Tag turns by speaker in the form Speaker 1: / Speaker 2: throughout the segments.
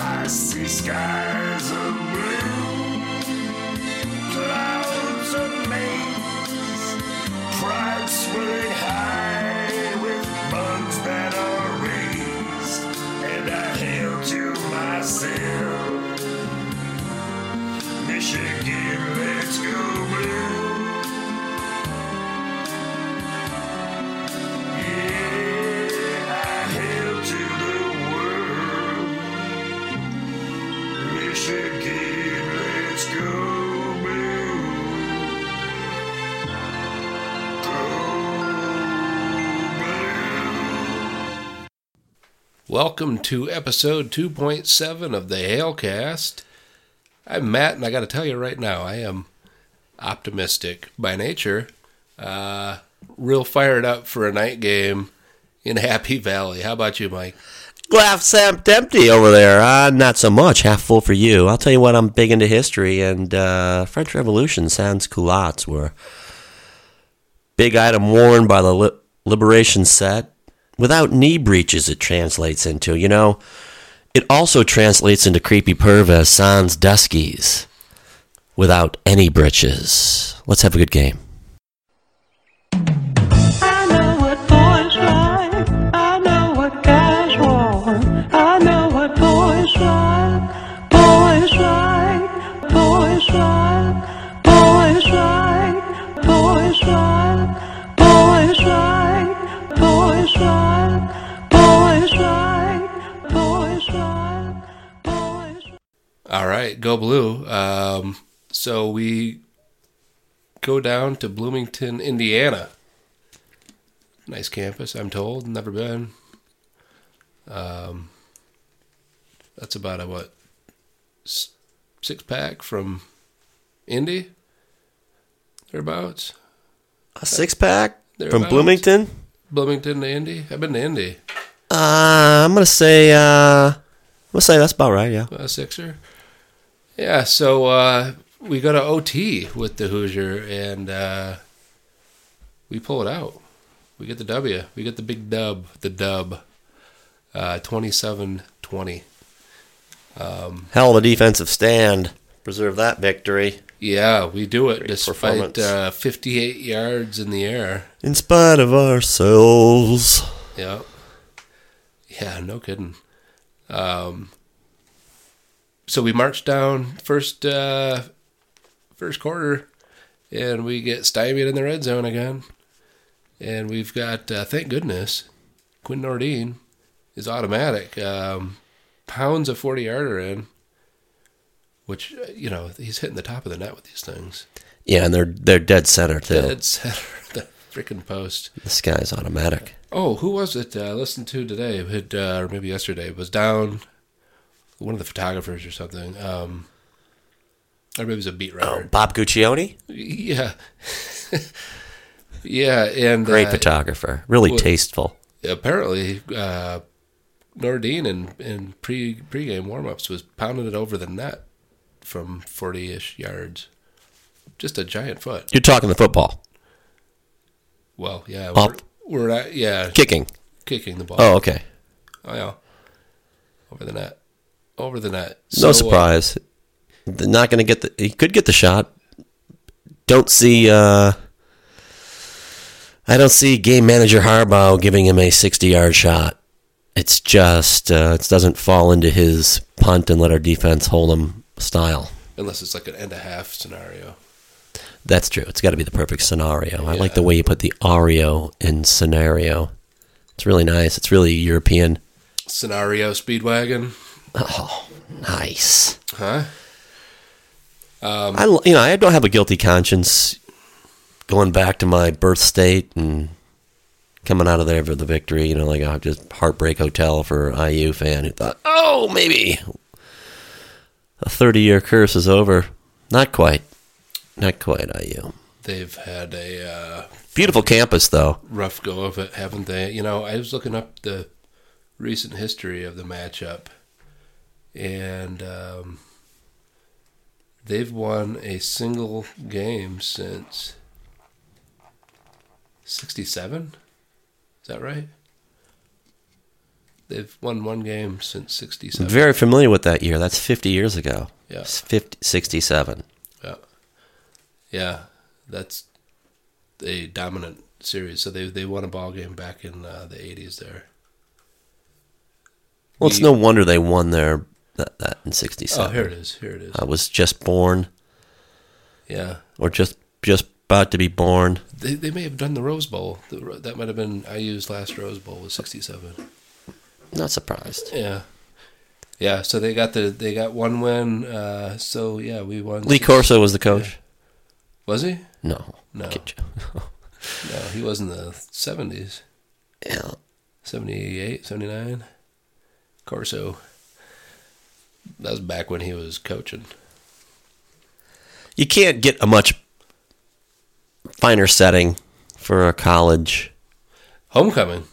Speaker 1: The skies are blue, clouds of maize, pride swirling high with bugs that are raised, and I hail to myself. Michigan, let's go blue. Yeah, I hail to the world. Michigan, let's go blue. Oh,
Speaker 2: Welcome to episode 2.7 of the Hailcast. I'm Matt, and I got to tell you right now, I am optimistic by nature. Uh, real fired up for a night game in Happy Valley. How about you, Mike?
Speaker 3: Glass half empty over there. Uh, not so much. Half full for you. I'll tell you what, I'm big into history, and uh, French Revolution sans culottes were big item worn by the li- liberation set. Without knee breeches, it translates into. You know, it also translates into creepy pervas sans duskies. Without any breeches. Let's have a good game.
Speaker 4: I know what boys like. I know what guys want. I know what boys like. Boys like. Boys like. Boys like. Boys like. Boys like. Boys like. Boys like. Boys like. Boys like.
Speaker 2: All right, go blue. Um, so we go down to Bloomington, Indiana. Nice campus, I'm told. Never been. Um, that's about a what s- six pack from Indy, thereabouts.
Speaker 3: A six pack from
Speaker 2: Thereabouts.
Speaker 3: Bloomington?
Speaker 2: Bloomington to Indy. I've been to Indy.
Speaker 3: Uh, I'm going to say, uh, I'm going to say that's about right, yeah.
Speaker 2: a Uh, sixer. Yeah, so uh, we go to OT with the Hoosier, and uh, we pull it out. We get the W. We get the big dub, the dub, uh, 27-20.
Speaker 3: Hell of a defensive stand. Preserve that victory.
Speaker 2: Yeah, we do it
Speaker 3: Great
Speaker 2: despite
Speaker 3: performance.
Speaker 2: uh, 58 yards in the air.
Speaker 3: In spite of ourselves.
Speaker 2: Yeah. Yeah, no kidding. Um, so we marched down first uh, first quarter, and we get stymied in the red zone again. And we've got, uh, thank goodness, Quinn Nordine is automatic. Um, pounds of 40 yarder in, which, uh, you know, he's hitting the top of the net with these things.
Speaker 3: Yeah, and they're they're dead center too.
Speaker 2: Dead center, of the freaking post.
Speaker 3: This guy's automatic.
Speaker 2: Oh, who was it uh, I listened to today? Who Had, uh, or maybe yesterday was down one of the photographers or something. Um, or maybe it was a beat writer.
Speaker 3: Bob Guccione,
Speaker 2: Yeah, yeah, and
Speaker 3: great
Speaker 2: uh,
Speaker 3: photographer, really
Speaker 2: well-
Speaker 3: tasteful.
Speaker 2: apparently uh, Nordine in in pre pregame warmups was pounding it over the net from forty ish yards. Just a giant foot.
Speaker 3: You're talking the football
Speaker 2: Well, yeah, we're,
Speaker 3: Up.
Speaker 2: we're not, yeah,
Speaker 3: kicking.
Speaker 2: kicking the ball.
Speaker 3: Oh, okay.
Speaker 2: Oh yeah. Over the net. Over the net. So,
Speaker 3: no
Speaker 2: uh,
Speaker 3: surprise. They're not going to get the. He could get the shot. Don't see. uh I don't see game manager Harbaugh giving him a 60-yard shot. It's just uh, it doesn't fall into his punt and let our defense hold him style.
Speaker 2: unless it's like an end a half scenario.
Speaker 3: That's true. It's got to be the perfect scenario. I like the way you put the ario in scenario. It's really nice. It's really European.
Speaker 2: Scenario Speedwagon.
Speaker 3: Oh, nice.
Speaker 2: Huh?
Speaker 3: I l- you know I don't have a guilty conscience going back to my birth state and coming out of there for the victory. You know, like a just heartbreak hotel for a IU fan who thought, oh, maybe a thirty-year curse is over. Not quite. Not quite IU.
Speaker 2: They've had a uh,
Speaker 3: Beautiful campus though.
Speaker 2: rough go of it, haven't they? You know, I was looking up the recent history of the matchup, and um, they've won a single game since 67? Is that right? They've won one game since
Speaker 3: I'm
Speaker 2: '67.
Speaker 3: very familiar with that year. That's 50 years ago.
Speaker 2: Yeah.
Speaker 3: It's 50, 67.
Speaker 2: Yeah. Yeah, that's a dominant series. So they they won a ball game back in uh, the '80s there.
Speaker 3: Well, it's
Speaker 2: We-
Speaker 3: no wonder they won their that, that in
Speaker 2: Oh,
Speaker 3: 67.
Speaker 2: here Oh. it is. Here it is.
Speaker 3: I was just born
Speaker 2: Yeah,
Speaker 3: or just just about to be born.
Speaker 2: they they may have done the Rose Bowl. The, Ro- that might have been IU's last Rose Bowl was '67.
Speaker 3: Not surprised.
Speaker 2: Yeah. Yeah, so they got the they got one win. Uh, so yeah, we won.
Speaker 3: Lee
Speaker 2: six-
Speaker 3: Corso was the coach?
Speaker 2: was he?
Speaker 3: No.
Speaker 2: No.
Speaker 3: Kid you.
Speaker 2: No, he was in the seventies,
Speaker 3: yeah.
Speaker 2: 78, 79. Corso. That was back when he was coaching.
Speaker 3: You can't get a much finer setting for a college.
Speaker 2: Homecoming,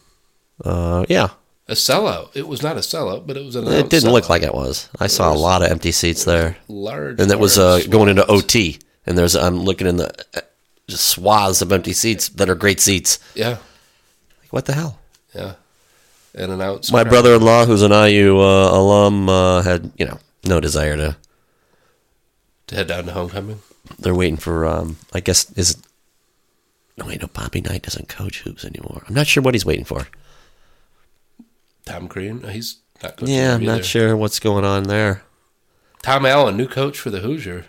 Speaker 3: Uh, yeah.
Speaker 2: a sellout. It was not a sellout, but it was an.
Speaker 3: It didn't look like it was. I saw a
Speaker 2: was-
Speaker 3: lot of empty seats there.
Speaker 2: large,
Speaker 3: and that was uh,
Speaker 2: large
Speaker 3: going into
Speaker 2: swells.
Speaker 3: OT. And there's I'm looking in the uh, just swaths of empty seats that are great seats.
Speaker 2: Yeah,
Speaker 3: Like, what the hell?
Speaker 2: yeah, and an out.
Speaker 3: My brother-in-law, who's an IU uh, alum, uh, had you know no desire to.
Speaker 2: to head down to homecoming.
Speaker 3: They're waiting for. Um, I guess is. No, wait, no. Bobby Knight doesn't coach hoops anymore. I'm not sure what he's waiting for.
Speaker 2: Tom Crean, he's not coaching.
Speaker 3: Yeah,
Speaker 2: there
Speaker 3: I'm not
Speaker 2: either.
Speaker 3: sure what's going on there.
Speaker 2: Tom Allen, new coach for the Hoosier.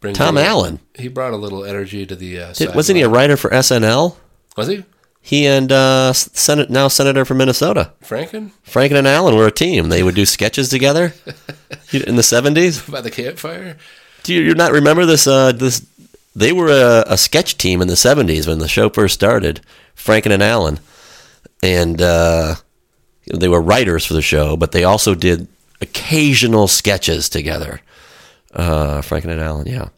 Speaker 2: Brings
Speaker 3: Tom
Speaker 2: a little-
Speaker 3: Allen
Speaker 2: He brought a little energy to the. Uh,
Speaker 3: Did, wasn't he a writer for SNL?
Speaker 2: he? Was he
Speaker 3: He and uh, Senate now Senator from Minnesota.
Speaker 2: Franken
Speaker 3: Franken and Allen were a team. They would do sketches together in the seventies.
Speaker 2: by the campfire?
Speaker 3: Do you, you not remember this? Uh, this they were a, a sketch team in the seventies when the show first started. Franken and Allen, and uh, they were writers for the show, but they also did occasional sketches together. Uh, Franken and Allen, yeah.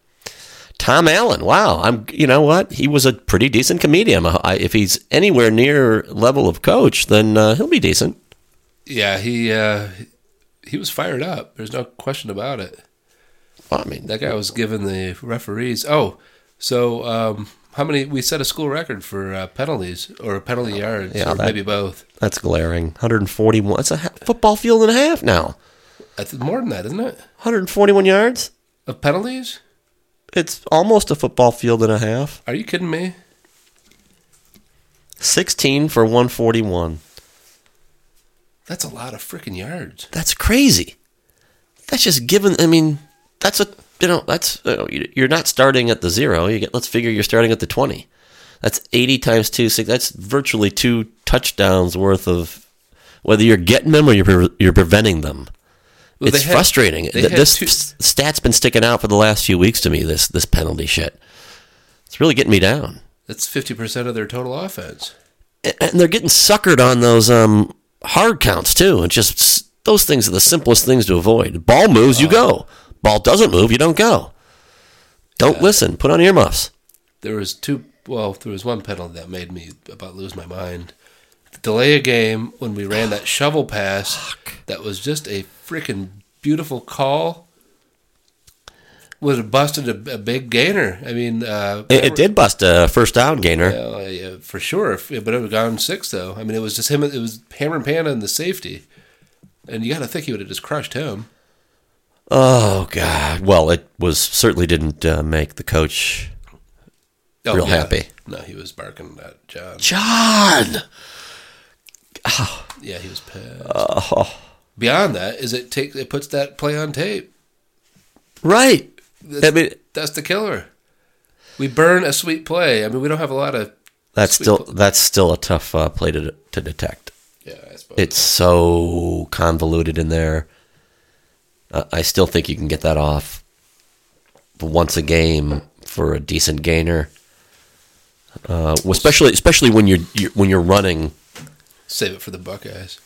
Speaker 3: Tom Allen, wow, I'm. You know what? He was a pretty decent comedian. Uh, I, if he's anywhere near level of coach, then uh, he'll be decent.
Speaker 2: Yeah, he uh, he was fired up. There's no question about it.
Speaker 3: Well, I mean,
Speaker 2: That guy was giving the referees. Oh, so um, how many? We set a school record for uh, penalties or penalty yards,
Speaker 3: yeah,
Speaker 2: or
Speaker 3: that-
Speaker 2: maybe both.
Speaker 3: That's glaring. 141. That's a ha- football field and a half now.
Speaker 2: That's more than that, isn't it?
Speaker 3: 141 yards.
Speaker 2: Of penalties?
Speaker 3: It's almost a football field and a half.
Speaker 2: Are you kidding me?
Speaker 3: 16 for 141.
Speaker 2: That's a lot of freaking yards.
Speaker 3: That's crazy. That's just given. I mean, that's a you know that's you know, you- you're not starting at the zero. You get let's figure you're starting at the 20. That's 80 times two. Six, that's virtually two touchdowns worth of whether you're getting them or you're pre- you're preventing them.
Speaker 2: Well,
Speaker 3: it's
Speaker 2: they had-
Speaker 3: frustrating.
Speaker 2: they
Speaker 3: Th-
Speaker 2: had
Speaker 3: This
Speaker 2: two-
Speaker 3: s- stat's been sticking out for the last few weeks to me. This this penalty shit. It's really getting me down.
Speaker 2: That's fifty percent of their total offense.
Speaker 3: A- And they're getting suckered on those um hard counts too. It's just s- those things are the simplest things to avoid. Ball moves, you go. Ball doesn't move, you don't go. Don't listen. Put on earmuffs.
Speaker 2: there was two well there was one penalty that made me about lose my mind delay a game when we ran that shovel pass that was just a freaking beautiful call was busted a, a big gainer i mean uh
Speaker 3: It, it did bust a first down gainer.
Speaker 2: uh, yeah, for sure if- but it would have gone six though i mean it was just him it was hammer and Panda and the safety and you gotta think he would have just crushed him
Speaker 3: Oh god. Well, it was certainly didn't uh, make the coach.
Speaker 2: Oh,
Speaker 3: Real happy.
Speaker 2: no he was barking at john
Speaker 3: John.
Speaker 2: Yeah, he was pissed.
Speaker 3: Oh.
Speaker 2: Beyond that is it takes it puts that play on tape.
Speaker 3: Right.
Speaker 2: That's,
Speaker 3: I mean-
Speaker 2: that's the killer. We burn a sweet play. I mean, we don't have a lot of.
Speaker 3: That's
Speaker 2: Sweet
Speaker 3: still
Speaker 2: pl-
Speaker 3: that's still a tough uh, play to to detect.
Speaker 2: Yeah, I suppose.
Speaker 3: It's so convoluted in there. Uh, I still think you can get that off once a game for a decent gainer. Uh, well, especially especially when you're, you're when you're running.
Speaker 2: Save it for the Buckeyes.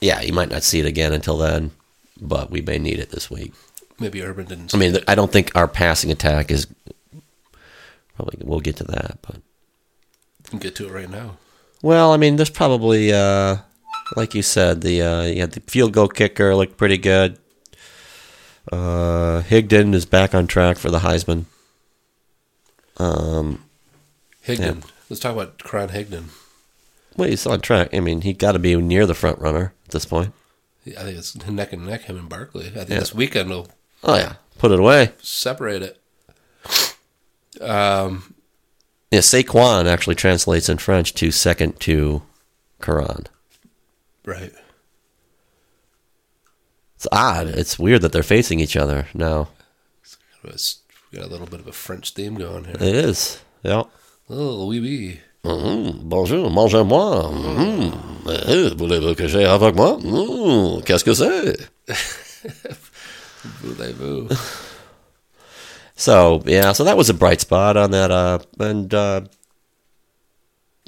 Speaker 3: Yeah, you might not see it again until then, but we may need it this week.
Speaker 2: Maybe Urban didn't.
Speaker 3: I mean, th- I don't think our passing attack is probably. We'll get to that, but
Speaker 2: can get to it right now.
Speaker 3: Well, I mean, there's probably, uh, like you said, the uh, you had the field goal kicker looked pretty good. Uh, Higdon is back on track for the Heisman.
Speaker 2: Higdon. Let's talk about Cron Higdon.
Speaker 3: Well, he's on track. I mean, he got to be near the front runner at this point.
Speaker 2: I think it's neck and neck him and Barkley. I think this weekend will
Speaker 3: Oh yeah, put it away.
Speaker 2: separate it. Um,
Speaker 3: Yeah, Saquon actually translates in French to second to Quran.
Speaker 2: Right.
Speaker 3: It's odd. It's weird that they're facing each other now.
Speaker 2: It's, we got a little bit of a French theme going here.
Speaker 3: It is. Yeah.
Speaker 2: Oh, wee wee.
Speaker 3: Mm, bonjour, mangez-moi. Mm, eh, voulez-vous que j'aille avec moi? Mm, qu'est-ce que c'est?
Speaker 2: Voulez-vous?
Speaker 3: So yeah, so that was a bright spot on that. Uh, and uh,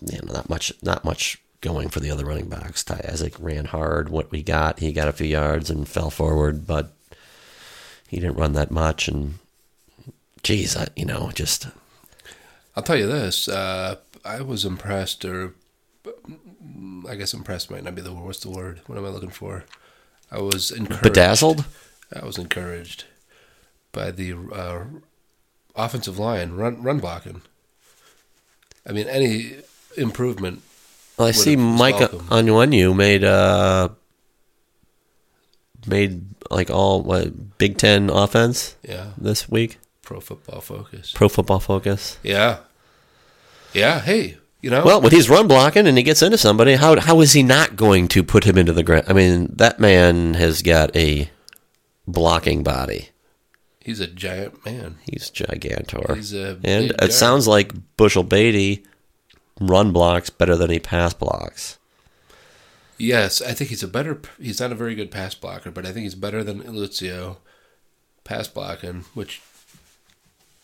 Speaker 3: yeah, not much, not much going for the other running backs. Ty Ezek ran hard. What we got, he got a few yards and fell forward, but he didn't run that much. And geez, I, you know, just
Speaker 2: I'll tell you this. Uh, I was impressed, or mm, I guess impressed might not be the word. What's the word? What am I looking for? I was encouraged.
Speaker 3: bedazzled.
Speaker 2: I was encouraged by the uh, offensive line run run blocking. I mean, any improvement.
Speaker 3: Well, I
Speaker 2: would
Speaker 3: see
Speaker 2: have
Speaker 3: Mike
Speaker 2: solved them.
Speaker 3: Onwenu made uh made like all what Big Ten offense
Speaker 2: Yeah,
Speaker 3: this week.
Speaker 2: pro football focus.
Speaker 3: Pro Football Focus.
Speaker 2: Yeah, yeah. Hey, you know.
Speaker 3: Well, when he's run blocking and he gets into somebody, how how is he not going to put him into the ground? I mean, that man has got a blocking body.
Speaker 2: he's a giant man.
Speaker 3: He's gigantor.
Speaker 2: He's a big
Speaker 3: and
Speaker 2: guy.
Speaker 3: it sounds like Bushel Beatty run blocks better than he pass blocks.
Speaker 2: Yes, I think he's a better. He's not a very good pass blocker, but I think he's better than Lucio pass blocking, which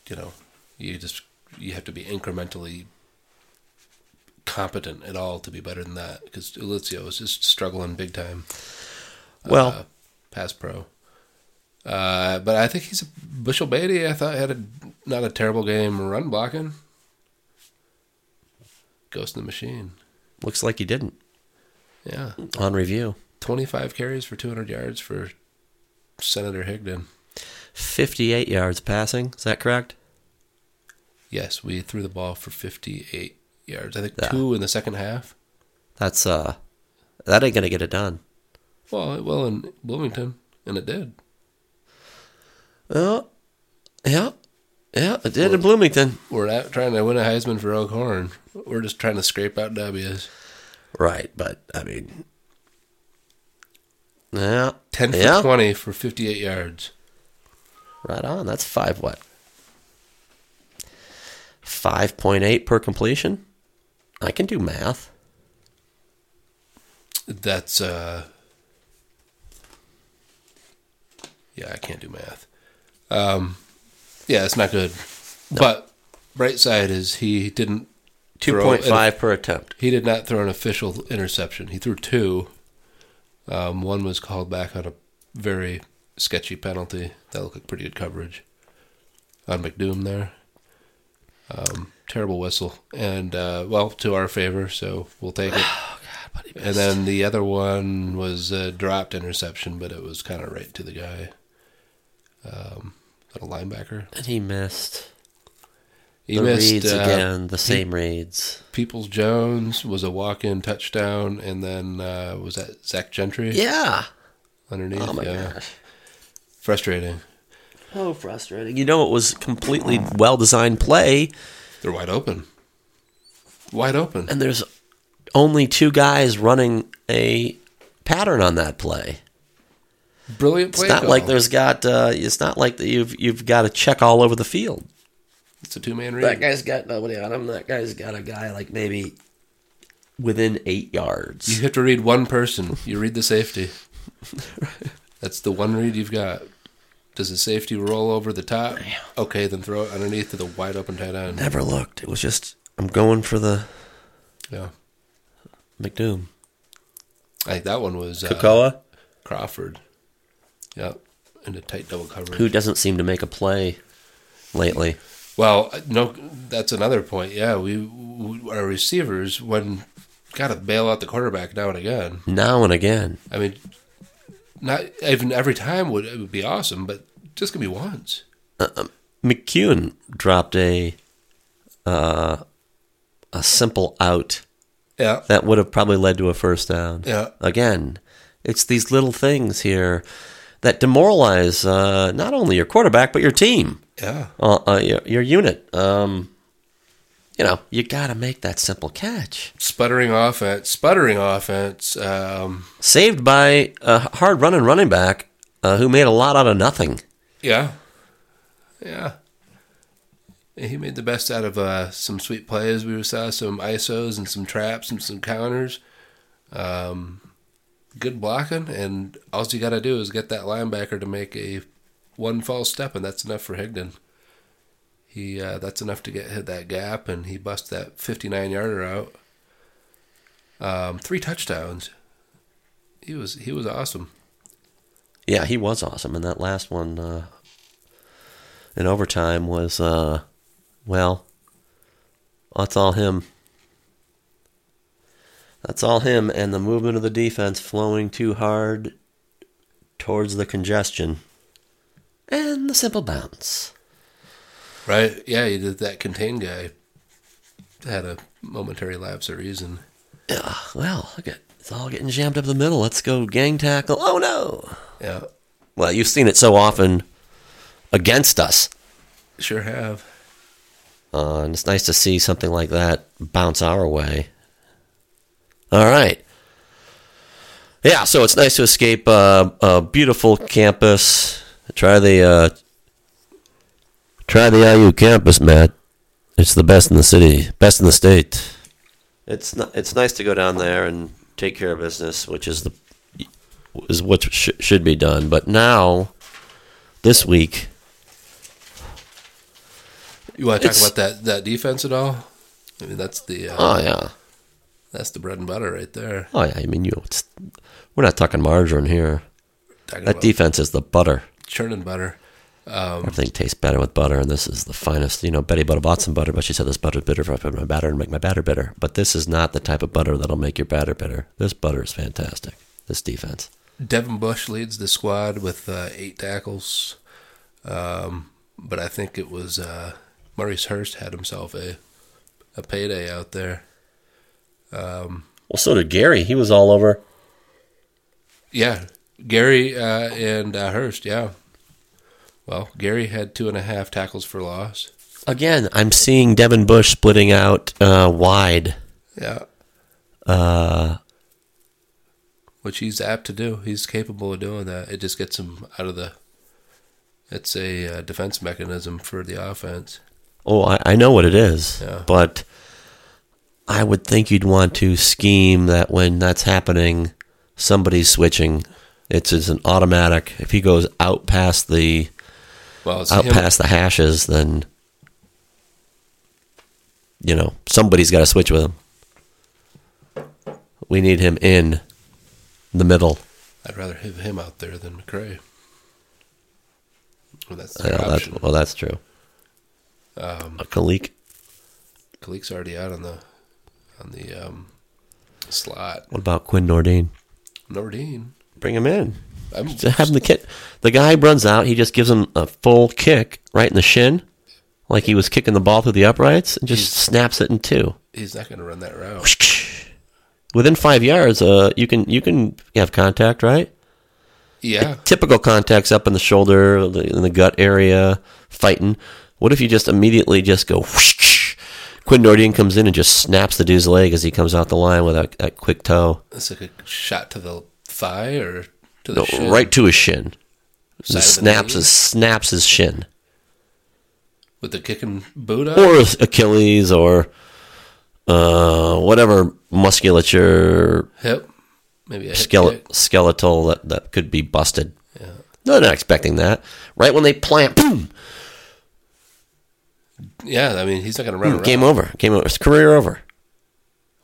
Speaker 2: you know you just you have to be incrementally competent at all to be better than that because Lucio is just struggling big time
Speaker 3: Well,
Speaker 2: uh, pass pro. Uh, but I think he's a Bushel Beatty. I thought had a not a terrible game run blocking. Ghost in the Machine.
Speaker 3: looks like he didn't
Speaker 2: Yeah.
Speaker 3: on review.
Speaker 2: 25 carries for 200 yards for Senator Higdon.
Speaker 3: 58 yards passing. Is that correct?
Speaker 2: Yes, we threw the ball for 58 yards. I think
Speaker 3: Yeah.
Speaker 2: two in the second half.
Speaker 3: That's uh that ain't going to get it done.
Speaker 2: Well, it will in Bloomington, and it did.
Speaker 3: Well, Oh, yeah. Yeah, it did in Bloomington.
Speaker 2: We're not trying to win a Heisman for Elk Horn. We're just trying to scrape out W's.
Speaker 3: Right, but I mean, yeah,
Speaker 2: 10 for
Speaker 3: yeah,
Speaker 2: 20 for 58 yards.
Speaker 3: right on. That's five what? Five point eight per completion. I can do math.
Speaker 2: That's, uh. Yeah, I can't do math. Um, yeah, it's not good. But bright side is he didn't.
Speaker 3: Two
Speaker 2: throw an
Speaker 3: point five per attempt.
Speaker 2: He did not throw an official interception. He threw two. Um, one was called back on a very sketchy penalty. That looked like pretty good coverage on McDoom there. Um, terrible whistle. And, uh, well, to our favor, so we'll take it. And then the other one was a dropped interception, but it was kind of right to the guy. Um, little linebacker.
Speaker 3: And he missed
Speaker 2: He
Speaker 3: the
Speaker 2: missed
Speaker 3: reads
Speaker 2: uh,
Speaker 3: again. The same reads.
Speaker 2: Peoples Jones was a walk in touchdown, and then uh, was that Zach Gentry
Speaker 3: Yeah.
Speaker 2: underneath?
Speaker 3: Oh my
Speaker 2: yeah.
Speaker 3: gosh.
Speaker 2: Frustrating.
Speaker 3: So Oh, frustrating. You know, it was completely well designed play,
Speaker 2: They're wide open. Wide open.
Speaker 3: and there's only two guys running a pattern on that play.
Speaker 2: Brilliant play.
Speaker 3: It's not
Speaker 2: call.
Speaker 3: like there's got. Uh, it's not like that you've you've got to check all over the field.
Speaker 2: It's a two man
Speaker 3: That
Speaker 2: read.
Speaker 3: guy's got nobody on him. That guy's got a guy like maybe within eight
Speaker 2: You
Speaker 3: yards.
Speaker 2: have to read one person. You read the safety. That's the one read you've got. Does the safety roll over the top? Okay, then throw it underneath to the wide open tight end.
Speaker 3: Never looked. It was just I'm going for the
Speaker 2: Yeah.
Speaker 3: McDoom.
Speaker 2: I think that one was uh,
Speaker 3: Kakoa,
Speaker 2: Crawford. Yep. And a tight double coverage.
Speaker 3: who doesn't seem to make a play lately.
Speaker 2: Well, uh, no, that's another point. Yeah, we, we our receivers when got to bail out the quarterback now and again.
Speaker 3: Now and again,
Speaker 2: I mean, not even every time would it would be awesome, but just gonna be once.
Speaker 3: McCune dropped a uh, a simple out
Speaker 2: Yeah.
Speaker 3: that would have probably led to a first down.
Speaker 2: Yeah.
Speaker 3: Again, it's these little things here that demoralize uh, not only your quarterback but your team,
Speaker 2: Yeah.
Speaker 3: uh, uh, your, your unit. Um, you know, you got to make that simple catch.
Speaker 2: Sputtering offense. Sputtering offense. Um,
Speaker 3: Saved by a hard running running back uh, who made a lot out of nothing.
Speaker 2: yeah. Yeah. He made the best out of uh, some sweet plays. We saw some ISOs and some traps and some counters. Um, good blocking, and all you got to do is get that linebacker to make a one false step, and that's enough for Higdon. He uh, that's enough to get hit that gap, and he bust that fifty-nine yarder out. Um, three touchdowns. He was he was awesome.
Speaker 3: Yeah, he was awesome. And that last one uh, in overtime was, uh, well, that's all him. That's all him and the movement of the defense flowing too hard towards the congestion and the simple bounce.
Speaker 2: Right? Yeah, he did that contain guy. Had a momentary lapse of reason.
Speaker 3: Yeah, well, look at it's all getting jammed up the middle. Let's go gang tackle. Oh no!
Speaker 2: Yeah,
Speaker 3: Well, you've seen it so often against us.
Speaker 2: sure have.
Speaker 3: Uh, and it's nice to see something like that bounce our way. All right. Yeah, so it's nice to escape uh, a beautiful campus. Try the uh, try the IU campus, Matt. It's the best in the city, best in the state. It's not, it's nice to go down there and take care of business, which is the is what sh- should be done. But now, this week,
Speaker 2: You want to talk
Speaker 3: It's-
Speaker 2: about that that defense at all? I mean, that's the uh,
Speaker 3: oh yeah,
Speaker 2: that's the bread and butter right there.
Speaker 3: Oh yeah, I mean you. It's, we're not talking margarine here.
Speaker 2: Talking
Speaker 3: That
Speaker 2: about
Speaker 3: defense is the butter.
Speaker 2: churning butter.
Speaker 3: Everything tastes better with butter, and this is the finest. You know, Betty Butter bought some butter, but she said this butter is bitter. If I put my batter and make my batter bitter, but this is not the type of butter that'll make your batter bitter. This butter is fantastic. This defense.
Speaker 2: Devin Bush leads the squad with uh, eight tackles, um, but I think it was uh, Maurice Hurst had himself a a payday out there.
Speaker 3: Well, so did Gary. He was all over.
Speaker 2: Yeah, Gary uh, and uh, Hurst. Yeah. Well, Gary had two and a half tackles for loss.
Speaker 3: Again, I'm seeing Devin Bush splitting out uh, wide.
Speaker 2: Yeah.
Speaker 3: Uh,
Speaker 2: which he's apt to do. He's capable of doing that. It just gets him out of the. It's a uh, defense mechanism for the offense.
Speaker 3: Oh, I, I know what it is,
Speaker 2: Yeah.
Speaker 3: but I would think you'd want to scheme that when that's happening, somebody's switching. It's just an automatic. If he goes out past the
Speaker 2: Well, it's
Speaker 3: out
Speaker 2: him.
Speaker 3: past the hashes, then you know somebody's got to switch with him. We need him in the middle.
Speaker 2: I'd rather have him out there than McCray. Well, that's
Speaker 3: I
Speaker 2: their
Speaker 3: know, that's,
Speaker 2: option.
Speaker 3: well, that's true.
Speaker 2: Um,
Speaker 3: Uh, Kalik,
Speaker 2: Kalik's already out on the on the um, slot.
Speaker 3: what about Quinn Nordine?
Speaker 2: Nordine,
Speaker 3: Bring him in.
Speaker 2: I'm
Speaker 3: to have him the kick. The guy runs out. He just gives him a full kick right in the shin, like he was kicking the ball through the uprights, and just
Speaker 2: Hmm.
Speaker 3: snaps it in two.
Speaker 2: he's not going to run that route.
Speaker 3: Within five yards, uh, you can you can have contact, right?
Speaker 2: Yeah,
Speaker 3: Typical contacts up in the shoulder, the- in the gut area, fighting. What if you just immediately just go? Whoosh, Quinn Nordian comes in and just snaps the dude's leg as he comes out the line with that, that quick toe,
Speaker 2: it's like a shot to the thigh or to the
Speaker 3: No,
Speaker 2: shin.
Speaker 3: right to his shin.
Speaker 2: Side of the
Speaker 3: snaps
Speaker 2: knee.
Speaker 3: his snaps his shin.
Speaker 2: with the kicking boot up.
Speaker 3: or Achilles or uh, whatever musculature
Speaker 2: hip, maybe a hip
Speaker 3: skele-
Speaker 2: kick.
Speaker 3: skeletal that, that could be busted.
Speaker 2: Yeah.
Speaker 3: No, they're not expecting that. Right when they plant, boom,
Speaker 2: Yeah, I mean he's not going to run around.
Speaker 3: Hmm, game over, game over, it's career over.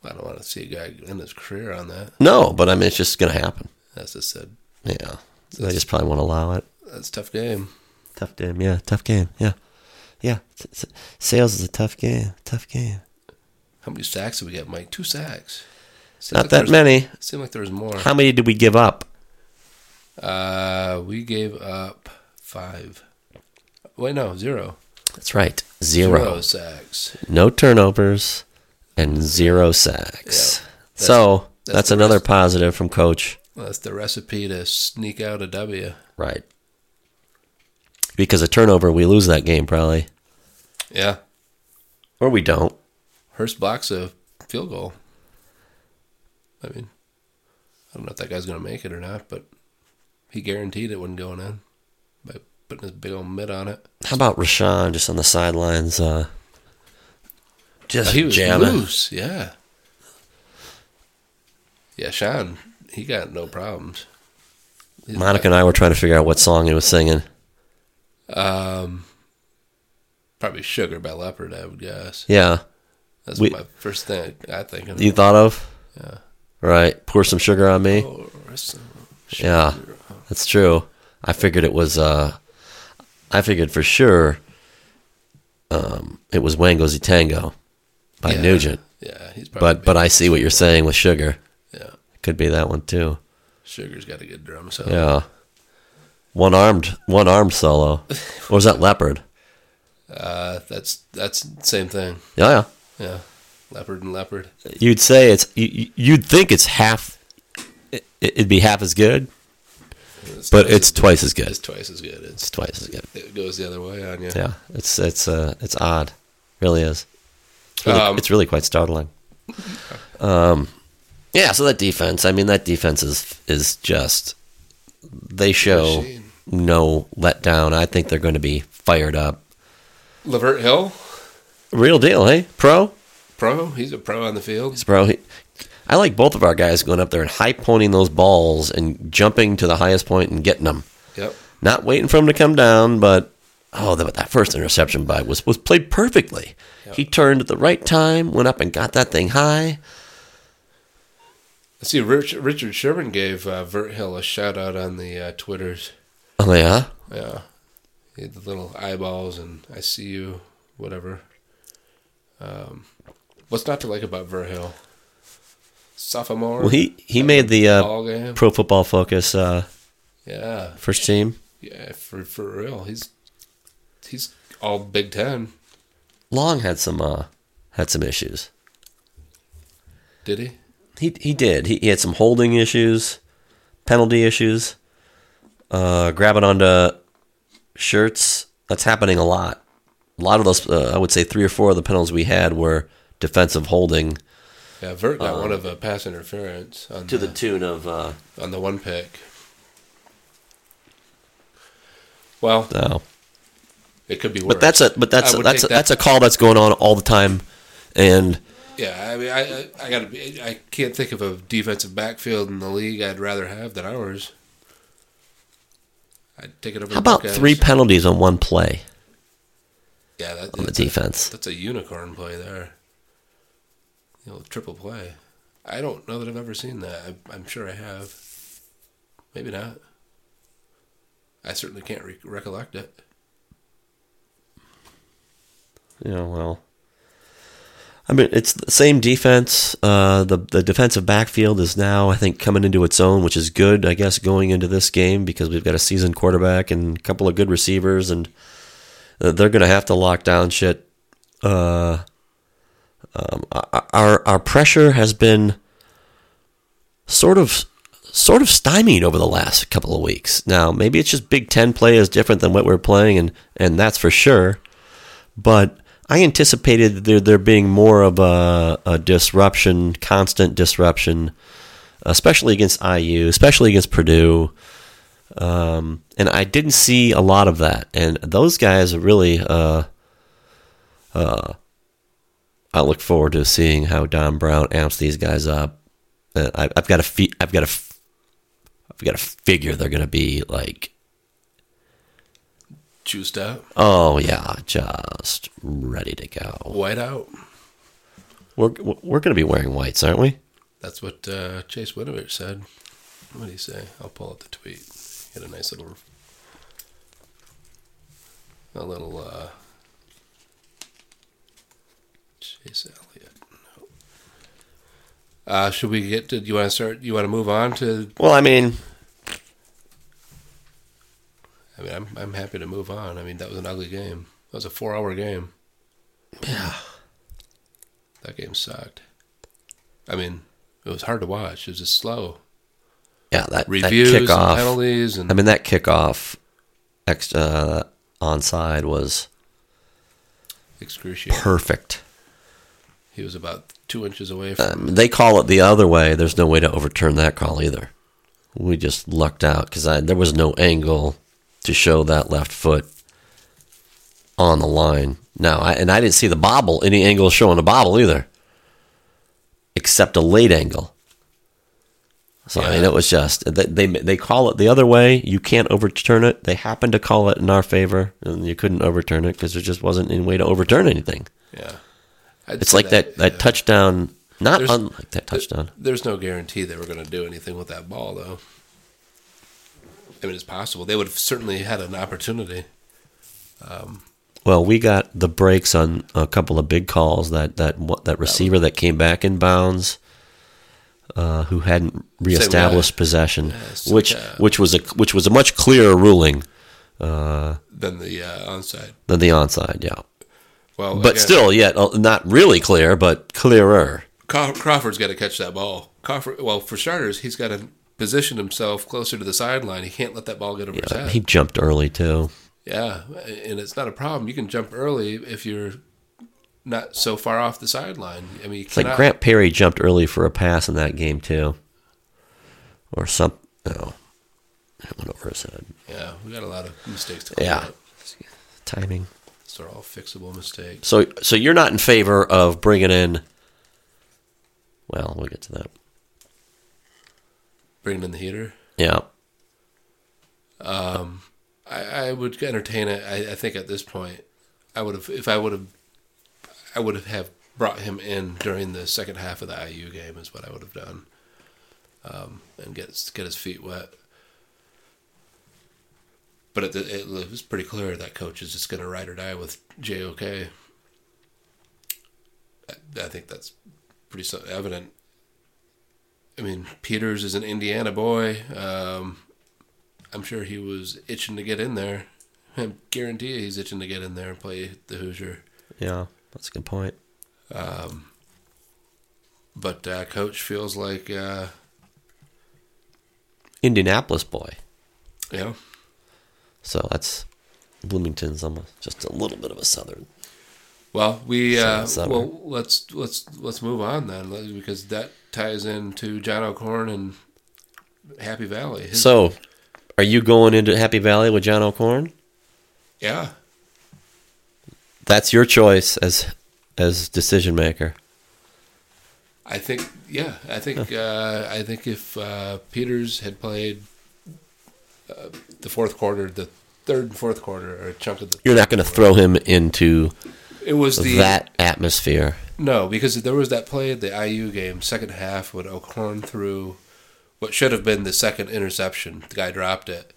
Speaker 2: I don't want to see a guy end his career on that.
Speaker 3: No, but I mean it's just gonna happen.
Speaker 2: That's just a
Speaker 3: Yeah, so they just probably won't allow it.
Speaker 2: that's a tough game.
Speaker 3: Tough game, yeah, tough game, yeah, yeah. S- s- Sales is a tough game, tough game.
Speaker 2: How many sacks did we get, Mike? Two sacks. Seems
Speaker 3: Not
Speaker 2: like
Speaker 3: that
Speaker 2: there's-
Speaker 3: many.
Speaker 2: Seemed like there was more.
Speaker 3: How many did we give up?
Speaker 2: Uh, we gave up five. Wait, no, zero.
Speaker 3: That's right,
Speaker 2: Zero
Speaker 3: zero.
Speaker 2: sacks.
Speaker 3: No turnovers and zero sacks. so
Speaker 2: that's
Speaker 3: that's,
Speaker 2: the
Speaker 3: another positive from Coach.
Speaker 2: That's the recipe to sneak out a W.
Speaker 3: Right. Because of turnover, we lose that game probably,
Speaker 2: Yeah.
Speaker 3: or we don't.
Speaker 2: Hurst blocks a field goal. I mean, I don't know if that guy's going to make it or not, but he guaranteed it wasn't going in by putting his big old mitt on it.
Speaker 3: How about Rashawn just on the sidelines? Uh, just
Speaker 2: he was
Speaker 3: jamming.
Speaker 2: loose, yeah. Yeah, Sean, he got no problems. He's
Speaker 3: Monica and I were trying to figure out what song he was singing.
Speaker 2: Um, probably Sugar by Leopard, I would guess.
Speaker 3: Yeah,
Speaker 2: That's
Speaker 3: we-
Speaker 2: my first thing I think of.
Speaker 3: you thought of.
Speaker 2: Yeah.
Speaker 3: Right. Pour some sugar on me.
Speaker 2: Oh, that's-
Speaker 3: Yeah, that's true. I figured it was. uh I figured for sure. Um, it was Wango Tango by
Speaker 2: yeah.
Speaker 3: Nugent,
Speaker 2: Yeah, he's probably
Speaker 3: but but I see what you're saying with sugar.
Speaker 2: yeah.
Speaker 3: Could be that one too.
Speaker 2: Sugar's got a good drum solo.
Speaker 3: Yeah, one armed, one armed solo, or was that Leopard?
Speaker 2: Uh, that's that's the same thing.
Speaker 3: Yeah,
Speaker 2: Yeah, leopard and leopard.
Speaker 3: yeah. You'd say it's. You, you'd think it's half. It, it'd be half as good,
Speaker 2: It's
Speaker 3: but
Speaker 2: twice
Speaker 3: it's
Speaker 2: as good.
Speaker 3: twice as good.
Speaker 2: It's twice as good. It's
Speaker 3: It's twice as good.
Speaker 2: it goes the other way on you.
Speaker 3: Yeah, it's it's uh it's odd, really is. It's really,
Speaker 2: Um,
Speaker 3: it's really quite startling. Um, yeah. So that defense, I mean, that defense is is just they show
Speaker 2: Machine.
Speaker 3: no letdown. I think they're going to be fired up.
Speaker 2: Lavert Hill,
Speaker 3: Real deal, hey, pro,
Speaker 2: pro. He's a pro on the field.
Speaker 3: It's pro. He- I like both of our guys going up there and high pointing those balls and jumping to the highest point and getting them.
Speaker 2: Yep.
Speaker 3: Not waiting for him to come down, but oh, that, that first interception by was was played perfectly. He turned at the right time, went up and got that thing high.
Speaker 2: I see Rich, Richard Sherman gave uh, Vert Hill a shout out on the uh, Twitters.
Speaker 3: Oh yeah,
Speaker 2: Yeah, he had the little eyeballs and I see you, whatever. Um, what's not to like about Vert Hill? Sophomore.
Speaker 3: well he he made the uh,
Speaker 2: ball game.
Speaker 3: Pro Football Focus uh,
Speaker 2: yeah.
Speaker 3: first team.
Speaker 2: Yeah, for for real, he's he's all Big Ten.
Speaker 3: Long had some uh, had some issues.
Speaker 2: Did he?
Speaker 3: He he did. He, he had some holding issues, penalty issues, uh, grabbing onto shirts. That's happening a lot. A lot of those, uh, I would say, three or four of the penalties we had were defensive holding
Speaker 2: Yeah, Vert got
Speaker 3: Uh,
Speaker 2: one of a pass interference on the,
Speaker 3: tune of. Uh,
Speaker 2: on the one pick. Well,
Speaker 3: no,
Speaker 2: it could be worse.
Speaker 3: but that's a but that's
Speaker 2: I
Speaker 3: a,
Speaker 2: would
Speaker 3: that's a,
Speaker 2: think
Speaker 3: that's a call that's going on all the time, and
Speaker 2: yeah. I mean, I I, I gotta be. I can't think of a defensive backfield in the league I'd rather have than ours. I'd take it over.
Speaker 3: how
Speaker 2: the
Speaker 3: about
Speaker 2: Buckeyes.
Speaker 3: three penalties on one play
Speaker 2: Yeah, that,
Speaker 3: on the
Speaker 2: that's a-
Speaker 3: defense?
Speaker 2: That's a unicorn play there. You know, triple play. I don't know that I've ever seen that. I, I'm sure I have. Maybe not. I certainly can't re- recollect it.
Speaker 3: Yeah, well, I mean, it's the same defense. Uh, the the defensive backfield is now, I think, coming into its own, which is good, I guess, going into this game because we've got a seasoned quarterback and a couple of good receivers, and uh, they're going to have to lock down shit. Uh, um, our- our our pressure has been sort of sort of stymied over the last couple of weeks. Now, maybe it's just Big Ten play is different than what we're playing, and and that's for sure but I anticipated there there being more of a, a disruption, constant disruption, especially against IU, especially against Purdue, um, and I didn't see a lot of that. And those guys are really, uh, uh, I look forward to seeing how Don Brown amps these guys up. Uh, I, I've got a fe- I've got a, f- I've got a figure they're going to be like
Speaker 2: Juiced out,
Speaker 3: Oh yeah, just ready to go.
Speaker 2: white out.
Speaker 3: We're we're going to be wearing whites, aren't we?
Speaker 2: That's what uh, Chase Winovich said. What did he say? I'll pull up the tweet. He had a nice little, a little uh, Chase Elliott. No. Uh, should we get to? Do you want to start? You want to move on to?
Speaker 3: Well, I mean,
Speaker 2: I mean, I'm I'm happy to move on. I mean, that was an ugly game. That was a four-hour game.
Speaker 3: yeah.
Speaker 2: That game sucked. I mean, It was hard to watch. It was just slow.
Speaker 3: Yeah, that,
Speaker 2: Reviews,
Speaker 3: that
Speaker 2: and
Speaker 3: kickoff.
Speaker 2: penalties, and
Speaker 3: I mean, that kickoff ex- uh, onside was
Speaker 2: excruciating.
Speaker 3: perfect.
Speaker 2: He was about two inches away from.
Speaker 3: Um, they call it the other way. There's no way to overturn that call either. We just lucked out because there was no angle to show that left foot on the line. Now, I, and I didn't see the bobble, any angle showing the bobble either, except a late angle. So I mean,
Speaker 2: Yeah.
Speaker 3: it was just they, they they call it the other way. You can't overturn it. They happened to call it in our favor, and you couldn't overturn it because there just wasn't any way to overturn anything.
Speaker 2: yeah, I'd
Speaker 3: It's
Speaker 2: say
Speaker 3: like that that touchdown, not
Speaker 2: There's-
Speaker 3: unlike that touchdown.
Speaker 2: There's no guarantee they were going to do anything with that ball, though. I mean, it's possible they would have certainly had an opportunity.
Speaker 3: Well, we got the breaks on a couple of big calls. That that what that receiver that came back in bounds, uh, who hadn't reestablished possession,
Speaker 2: Yes,
Speaker 3: which
Speaker 2: yeah.
Speaker 3: which was a which was a much clearer ruling
Speaker 2: Than the uh, onside.
Speaker 3: than the onside. Yeah,
Speaker 2: Well,
Speaker 3: but
Speaker 2: again,
Speaker 3: still, yet uh, not really clear, but clearer.
Speaker 2: Craw- Crawford's got to catch that ball. Crawford, well, for starters, he's got to position himself closer to the sideline. He can't let that ball get over his head.
Speaker 3: Uh, He jumped early too.
Speaker 2: yeah, and it's not a problem. You can jump early if you're not so far off the sideline. I mean, you
Speaker 3: It's like
Speaker 2: cannot-
Speaker 3: Grant Perry jumped early for a pass in that game too, or some. No, that went over his head.
Speaker 2: Yeah, we got a lot of mistakes to clean
Speaker 3: Yeah,
Speaker 2: up.
Speaker 3: timing.
Speaker 2: These are all fixable mistakes.
Speaker 3: So, so you're not in favor of bringing in? Well, we'll get to that.
Speaker 2: Bringing in the heater.
Speaker 3: Yeah,
Speaker 2: I, I would entertain it. I, I think at this point, I would have if I would have, I would have have brought him in during the second half of the IU game is what I would have done, um, and get get his feet wet. But it, it, was pretty clear that coach is just going to ride or die with JOK. I, I think that's pretty so evident. I mean, Peters is an Indiana boy. Um, I'm sure he was itching to get in there. I guarantee you he's itching to get in there and play the Hoosier.
Speaker 3: yeah, that's a good point.
Speaker 2: But uh, coach feels like, uh,
Speaker 3: Indianapolis boy.
Speaker 2: you know,
Speaker 3: So that's Bloomington's almost just a little bit of a southern.
Speaker 2: well, we uh,
Speaker 3: Sounds that
Speaker 2: well let's let's let's move on then let- because that ties into John O'Corn and Happy Valley. His-
Speaker 3: So, are you going into Happy Valley with John O'Corn?
Speaker 2: yeah,
Speaker 3: That's your choice as as decision maker.
Speaker 2: I think yeah, I think uh, I think if uh, Peters had played uh, the fourth quarter, the third and fourth quarter, or a chunk of the
Speaker 3: You're not going to throw him into
Speaker 2: it was the
Speaker 3: that atmosphere.
Speaker 2: No, because there was that play at the IU game, second half, when O'Corn threw what should have been the second interception. The guy dropped it,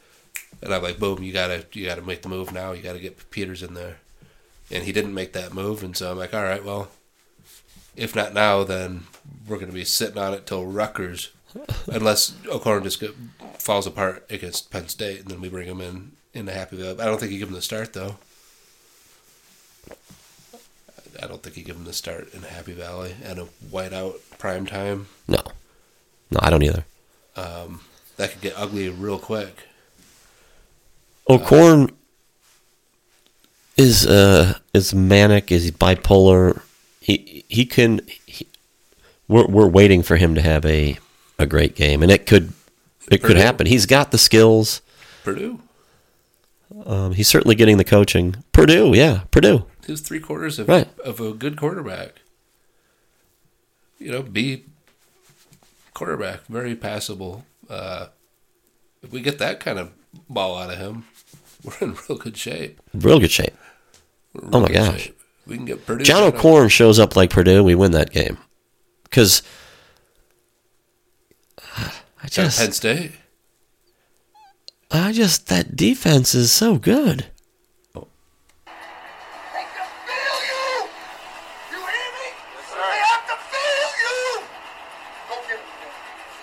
Speaker 2: and I'm like, "Boom! You gotta, you gotta make the move now. You gotta get Peters in there." And he didn't make that move, and so I'm like, "All right, well, if not now, then we're gonna be sitting on it till Rutgers, unless O'Corn just get, falls apart against Penn State, and then we bring him in in the happy Valley. I don't think you give him the start though. I don't think you give him the start in Happy Valley and a whiteout prime time.
Speaker 3: No, no, I don't either.
Speaker 2: That could get ugly real quick.
Speaker 3: O'Corn is uh is manic. Is bipolar? He he can. He, we're we're waiting for him to have a a great game, and it could it could
Speaker 2: Purdue.
Speaker 3: happen. He's got the skills.
Speaker 2: Purdue,
Speaker 3: Um, he's certainly getting the coaching. Purdue, yeah, Purdue.
Speaker 2: his three quarters of
Speaker 3: Right.
Speaker 2: of a good quarterback. You know, be quarterback, very passable. Uh, if we get that kind of ball out of him, we're in real good shape.
Speaker 3: Real good shape.
Speaker 2: We're in
Speaker 3: Oh my
Speaker 2: real good
Speaker 3: gosh.
Speaker 2: shape. we can get Purdue.
Speaker 3: John
Speaker 2: set up.
Speaker 3: O'Corn shows up like Purdue, we win that game. Because I
Speaker 2: Sorry, Penn
Speaker 3: just,
Speaker 2: State.
Speaker 3: I just that defense is so good.
Speaker 5: They can feel you! You hear me? They have to feel you! Go get him.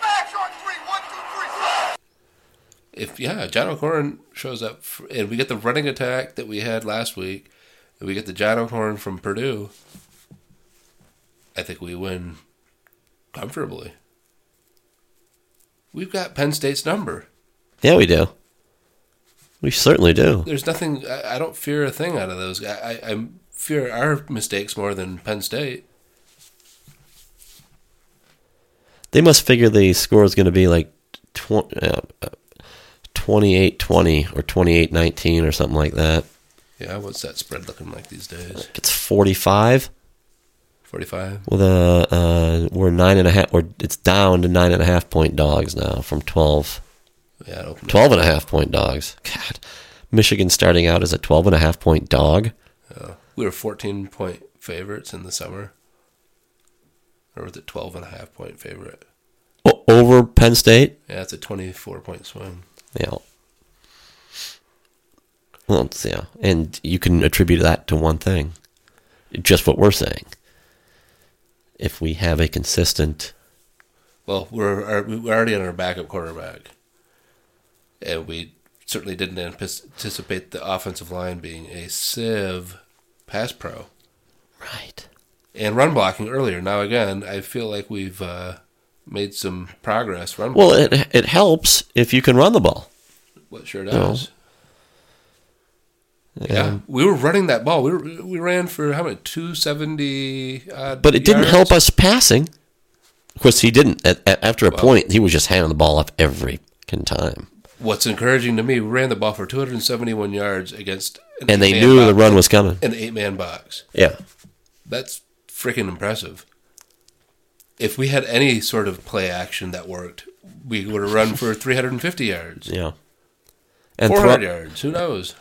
Speaker 5: Smash on three. One, two, three, smash!
Speaker 2: if yeah, John O'Corn shows up for, and we get the running attack that we had last week, and we get the John O'Corn from Purdue, I think we win comfortably. We've got Penn State's number.
Speaker 3: Yeah, we do. We certainly do.
Speaker 2: There's nothing. I, I don't fear a thing out of those. I, I, I fear our mistakes more than Penn State.
Speaker 3: They must figure the score is going to be like 20, uh, uh, 28-20 or 28-19 or something like that.
Speaker 2: Yeah, what's that spread looking like these days?
Speaker 3: It's 45
Speaker 2: Forty-five.
Speaker 3: with a, uh, we're nine and a half, or it's down to nine and a half point dogs now from 12,
Speaker 2: Yeah, it opened.
Speaker 3: 12 and a half point dogs. God, Michigan starting out as a 12 and a half point dog.
Speaker 2: Uh, we were fourteen-point favorites in the summer, or was it twelve and a half point favorite?
Speaker 3: O- over Penn State.
Speaker 2: Yeah, that's a twenty-four point swing.
Speaker 3: Yeah. Well, it's- yeah, and you can attribute that to one thing, just what we're saying. If we have a consistent,
Speaker 2: Well, we're are- we're already on our backup quarterback, and we certainly didn't antici- anticipate the offensive line being a sieve pass pro
Speaker 3: right,
Speaker 2: and run blocking earlier. Now again, I feel like we've uh, made some progress run.
Speaker 3: well, it it helps if you can run the ball.
Speaker 2: What sure does. Yeah, we were running that ball. We were, we ran for how many two seventy. uh,
Speaker 3: But it didn't help us passing. Of course, he didn't. At, at, after a point, he was just handing the ball off every can time,
Speaker 2: What's encouraging to me, we ran the ball for two hundred and seventy one yards against an
Speaker 3: and they
Speaker 2: eight-man
Speaker 3: knew the
Speaker 2: box-
Speaker 3: run was coming.
Speaker 2: an eight man box.
Speaker 3: Yeah,
Speaker 2: That's freaking impressive. If we had any sort of play action that worked, we would have run for 350 yards,
Speaker 3: yeah, and
Speaker 2: 400
Speaker 3: thro-
Speaker 2: yards. Who knows?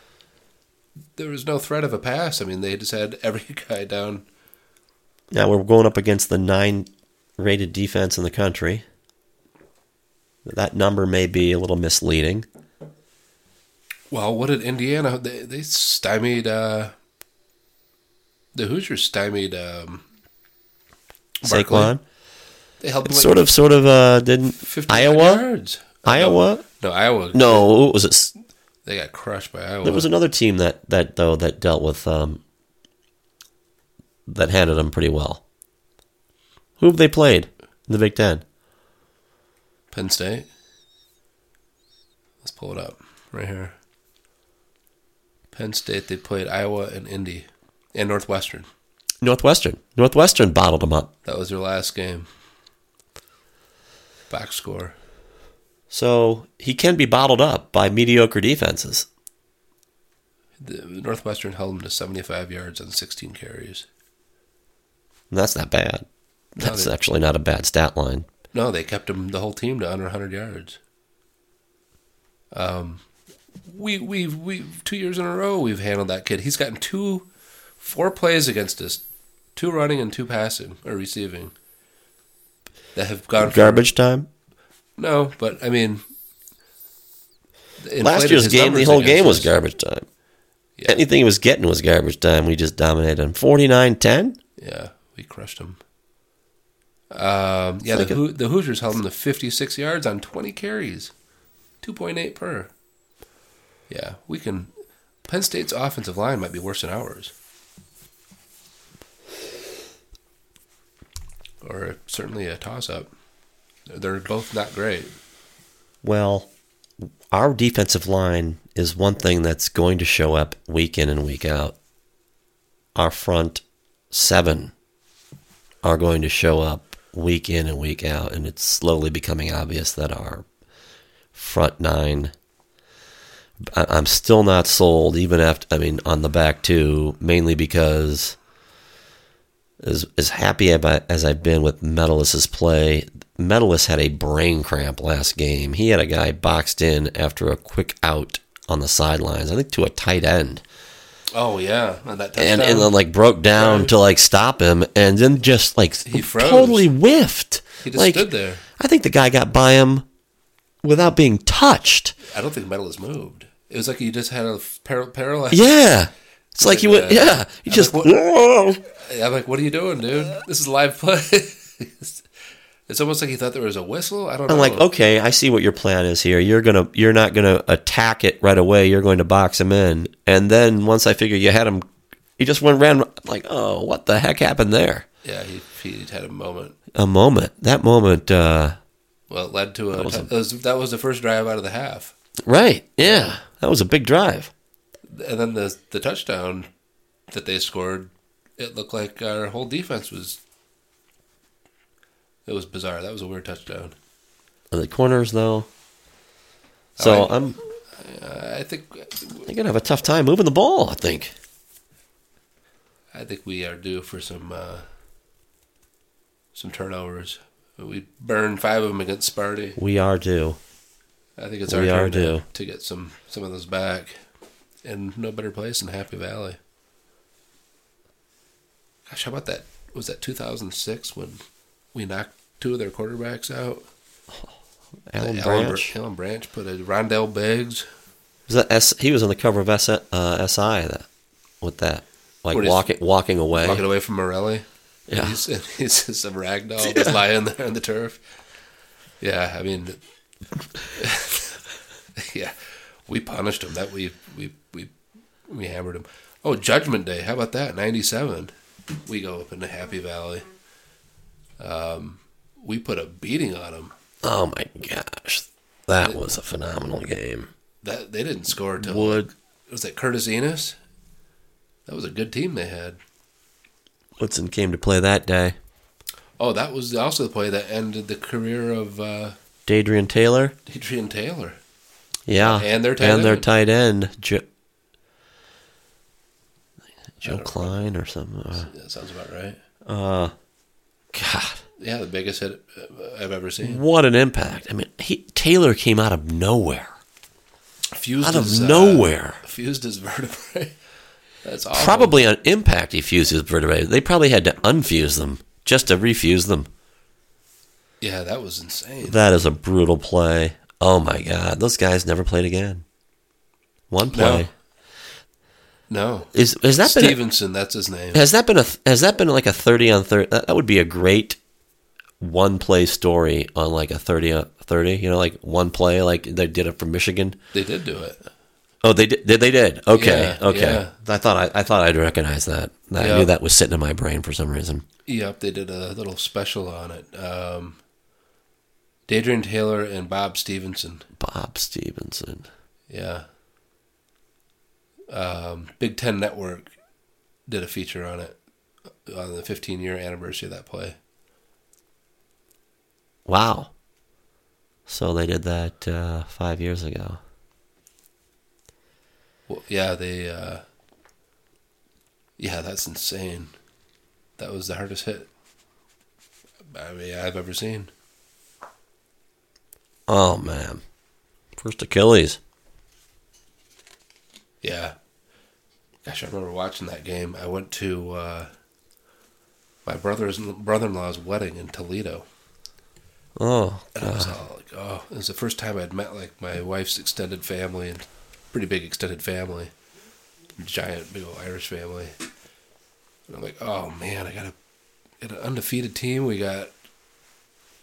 Speaker 2: There was no threat of a pass. I mean, they just had every guy down.
Speaker 3: Now we're going up against the nine rated defense in the country. That number may be a little misleading.
Speaker 2: Well, what did Indiana? They, they stymied. Uh, the Hoosiers stymied. Um, Barkley.
Speaker 3: Saquon
Speaker 2: They held them like
Speaker 3: sort of, sort of, uh, didn't
Speaker 2: 50
Speaker 3: Iowa,
Speaker 2: yards.
Speaker 3: Iowa?
Speaker 2: No, Iowa.
Speaker 3: No, what was it?
Speaker 2: They got crushed by Iowa.
Speaker 3: There was another team that that though that dealt with um that handled them pretty well. Who have they played in the Big Ten?
Speaker 2: Penn State. Let's pull it up right here. Penn State. They played Iowa and Indy and Northwestern.
Speaker 3: Northwestern. Northwestern bottled them up.
Speaker 2: That was their last game. Box score.
Speaker 3: So he can be bottled up by mediocre defenses.
Speaker 2: The Northwestern held them to 75 yards on 16 carries.
Speaker 3: And that's not bad. That's
Speaker 2: they-
Speaker 3: actually not a bad stat line.
Speaker 2: No, they kept them the whole team to under 100 yards. Um, we we we two years in a row we've handled that kid. He's gotten two, four plays against us, two running and two passing or receiving. That have gone for-
Speaker 3: Garbage time.
Speaker 2: no, but I mean,
Speaker 3: Last
Speaker 2: inflated
Speaker 3: year's
Speaker 2: his
Speaker 3: game, the
Speaker 2: numbers
Speaker 3: whole
Speaker 2: against
Speaker 3: game was
Speaker 2: us.
Speaker 3: garbage time.
Speaker 2: Yeah.
Speaker 3: Anything he was getting was garbage time. We just dominated him. 49 10?
Speaker 2: Yeah, we crushed him. Um, yeah,
Speaker 3: like
Speaker 2: the,
Speaker 3: a-
Speaker 2: Hoo the Hoosiers held him to 56 yards on 20 carries, 2.8 per. Yeah, we can. Penn State's offensive line might be worse than ours, or certainly a toss-up. They're- They're both not great.
Speaker 3: Well, our defensive line is one thing that's going to show up week in and week out. Our front seven are going to show up week in and week out, and it's slowly becoming obvious that our front nine. I- I'm still not sold, even after I mean, on the back two, mainly because as as happy about as I've been with Metalist's play. Metalist had a brain cramp last game. He had a guy boxed in after a quick out on the sidelines. I think to a tight end,
Speaker 2: Oh yeah, and that touchdown.
Speaker 3: and and then like broke down to like stop him, and then just like
Speaker 2: He froze.
Speaker 3: totally whiffed.
Speaker 2: He just
Speaker 3: like,
Speaker 2: stood there.
Speaker 3: I think the guy got by him without being touched.
Speaker 2: I don't think metal has moved. It was like he just had a par- paralyzed.
Speaker 3: Yeah. It's like he went,
Speaker 2: uh,
Speaker 3: yeah. He just,
Speaker 2: like, I'm like, what are you doing, dude? This is live play. it's almost like he thought there was a whistle. I don't know.
Speaker 3: I'm like, "Oh." okay, I see what your plan is here. You're gonna, you're not gonna attack it right away. You're going to box him in, and then once I figure you had him, he just went ran. I'm like, oh, what the heck happened there?
Speaker 2: Yeah, he, he had a moment.
Speaker 3: A moment. That moment uh,
Speaker 2: Well, it led to a that
Speaker 3: was
Speaker 2: was,
Speaker 3: a-
Speaker 2: that was the first drive out of the half,
Speaker 3: Right. Yeah. That was a big drive.
Speaker 2: and then the the touchdown that they scored. It looked like our whole defense was. It was bizarre. That was a weird touchdown.
Speaker 3: And the corners, though. So
Speaker 2: All right.
Speaker 3: I'm
Speaker 2: I think
Speaker 3: they're gonna have a tough time moving the ball. I think.
Speaker 2: I think we are due for some uh, some turnovers. We burned five of them against Sparty.
Speaker 3: We are due.
Speaker 2: I think it's
Speaker 3: We
Speaker 2: our
Speaker 3: are
Speaker 2: turn to,
Speaker 3: due.
Speaker 2: to get some some of those back, and no better place than Happy Valley. Gosh, how about that? Was that 2006 when we knocked two of their quarterbacks out?
Speaker 3: Alan
Speaker 2: Allen
Speaker 3: Branch.
Speaker 2: Br- Allen Branch put a Rondell Biggs.
Speaker 3: Was that S, he was on the cover of S, uh, SI that with that like
Speaker 2: What is-
Speaker 3: walking walking away.
Speaker 2: Walking away from Morelli.
Speaker 3: Yeah.
Speaker 2: He's, he's just some ragdoll just lying there on the turf. Yeah, I mean, yeah, we punished him. That we we we we hammered him. Oh, Judgment Day. How about that? Ninety-seven. We go up into Happy Valley. Um, we put a beating on them.
Speaker 3: Oh my gosh, that was a phenomenal game.
Speaker 2: That they didn't score till
Speaker 3: Wood.
Speaker 2: was that Curtis Enos? That was a good team they had.
Speaker 3: Woodson came to play that day.
Speaker 2: Oh, that was also the play that ended the career of uh,
Speaker 3: Dadrian Taylor.
Speaker 2: Adrian Taylor.
Speaker 3: Yeah.
Speaker 2: And their tight
Speaker 3: and their
Speaker 2: end.
Speaker 3: tight end. Jo- Joe Klein or something. Uh,
Speaker 2: That sounds about right.
Speaker 3: God,
Speaker 2: Yeah, the biggest hit uh, I've ever seen.
Speaker 3: what an impact! I mean, he, Taylor came out of nowhere,
Speaker 2: Fused
Speaker 3: out of
Speaker 2: his, uh,
Speaker 3: nowhere.
Speaker 2: fused his vertebrae. That's awful.
Speaker 3: Probably on impact, he fused his vertebrae. They probably had to unfuse them just to refuse them.
Speaker 2: Yeah, that was insane.
Speaker 3: That is a brutal play. Oh my God, those guys never played again. One play
Speaker 2: No,
Speaker 3: is has that been
Speaker 2: Stevenson. That's his name.
Speaker 3: Has that been a has that been like a thirty on thirty? That that would be a great one play story on like a thirty on thirty. You know, like one play, like they did it from Michigan.
Speaker 2: They did do it.
Speaker 3: Oh, they did. They did. Okay,
Speaker 2: Yeah,
Speaker 3: okay.
Speaker 2: yeah.
Speaker 3: I thought I, I thought I'd recognize that. I
Speaker 2: Yeah.
Speaker 3: knew that was sitting in my brain for some reason.
Speaker 2: Yep, they did a little special on it. Um, Dadrian Taylor and Bob Stevenson.
Speaker 3: Bob Stevenson.
Speaker 2: Yeah. Um, Big Ten Network did a feature on it on the 15 year anniversary of that play.
Speaker 3: Wow. So they did that uh, five years ago.
Speaker 2: Well, yeah, they. Uh, yeah, that's insane. That was the hardest hit. I mean, I've ever seen.
Speaker 3: Oh man, first Achilles.
Speaker 2: Yeah. Gosh, I remember watching that game. I went to uh, my brother's brother-in-law's wedding in Toledo.
Speaker 3: Oh,
Speaker 2: And I was all like, oh, it was the first time I'd met like my wife's extended family and pretty big extended family, giant big old Irish family. And I'm like, oh man, I got a got an undefeated team. We got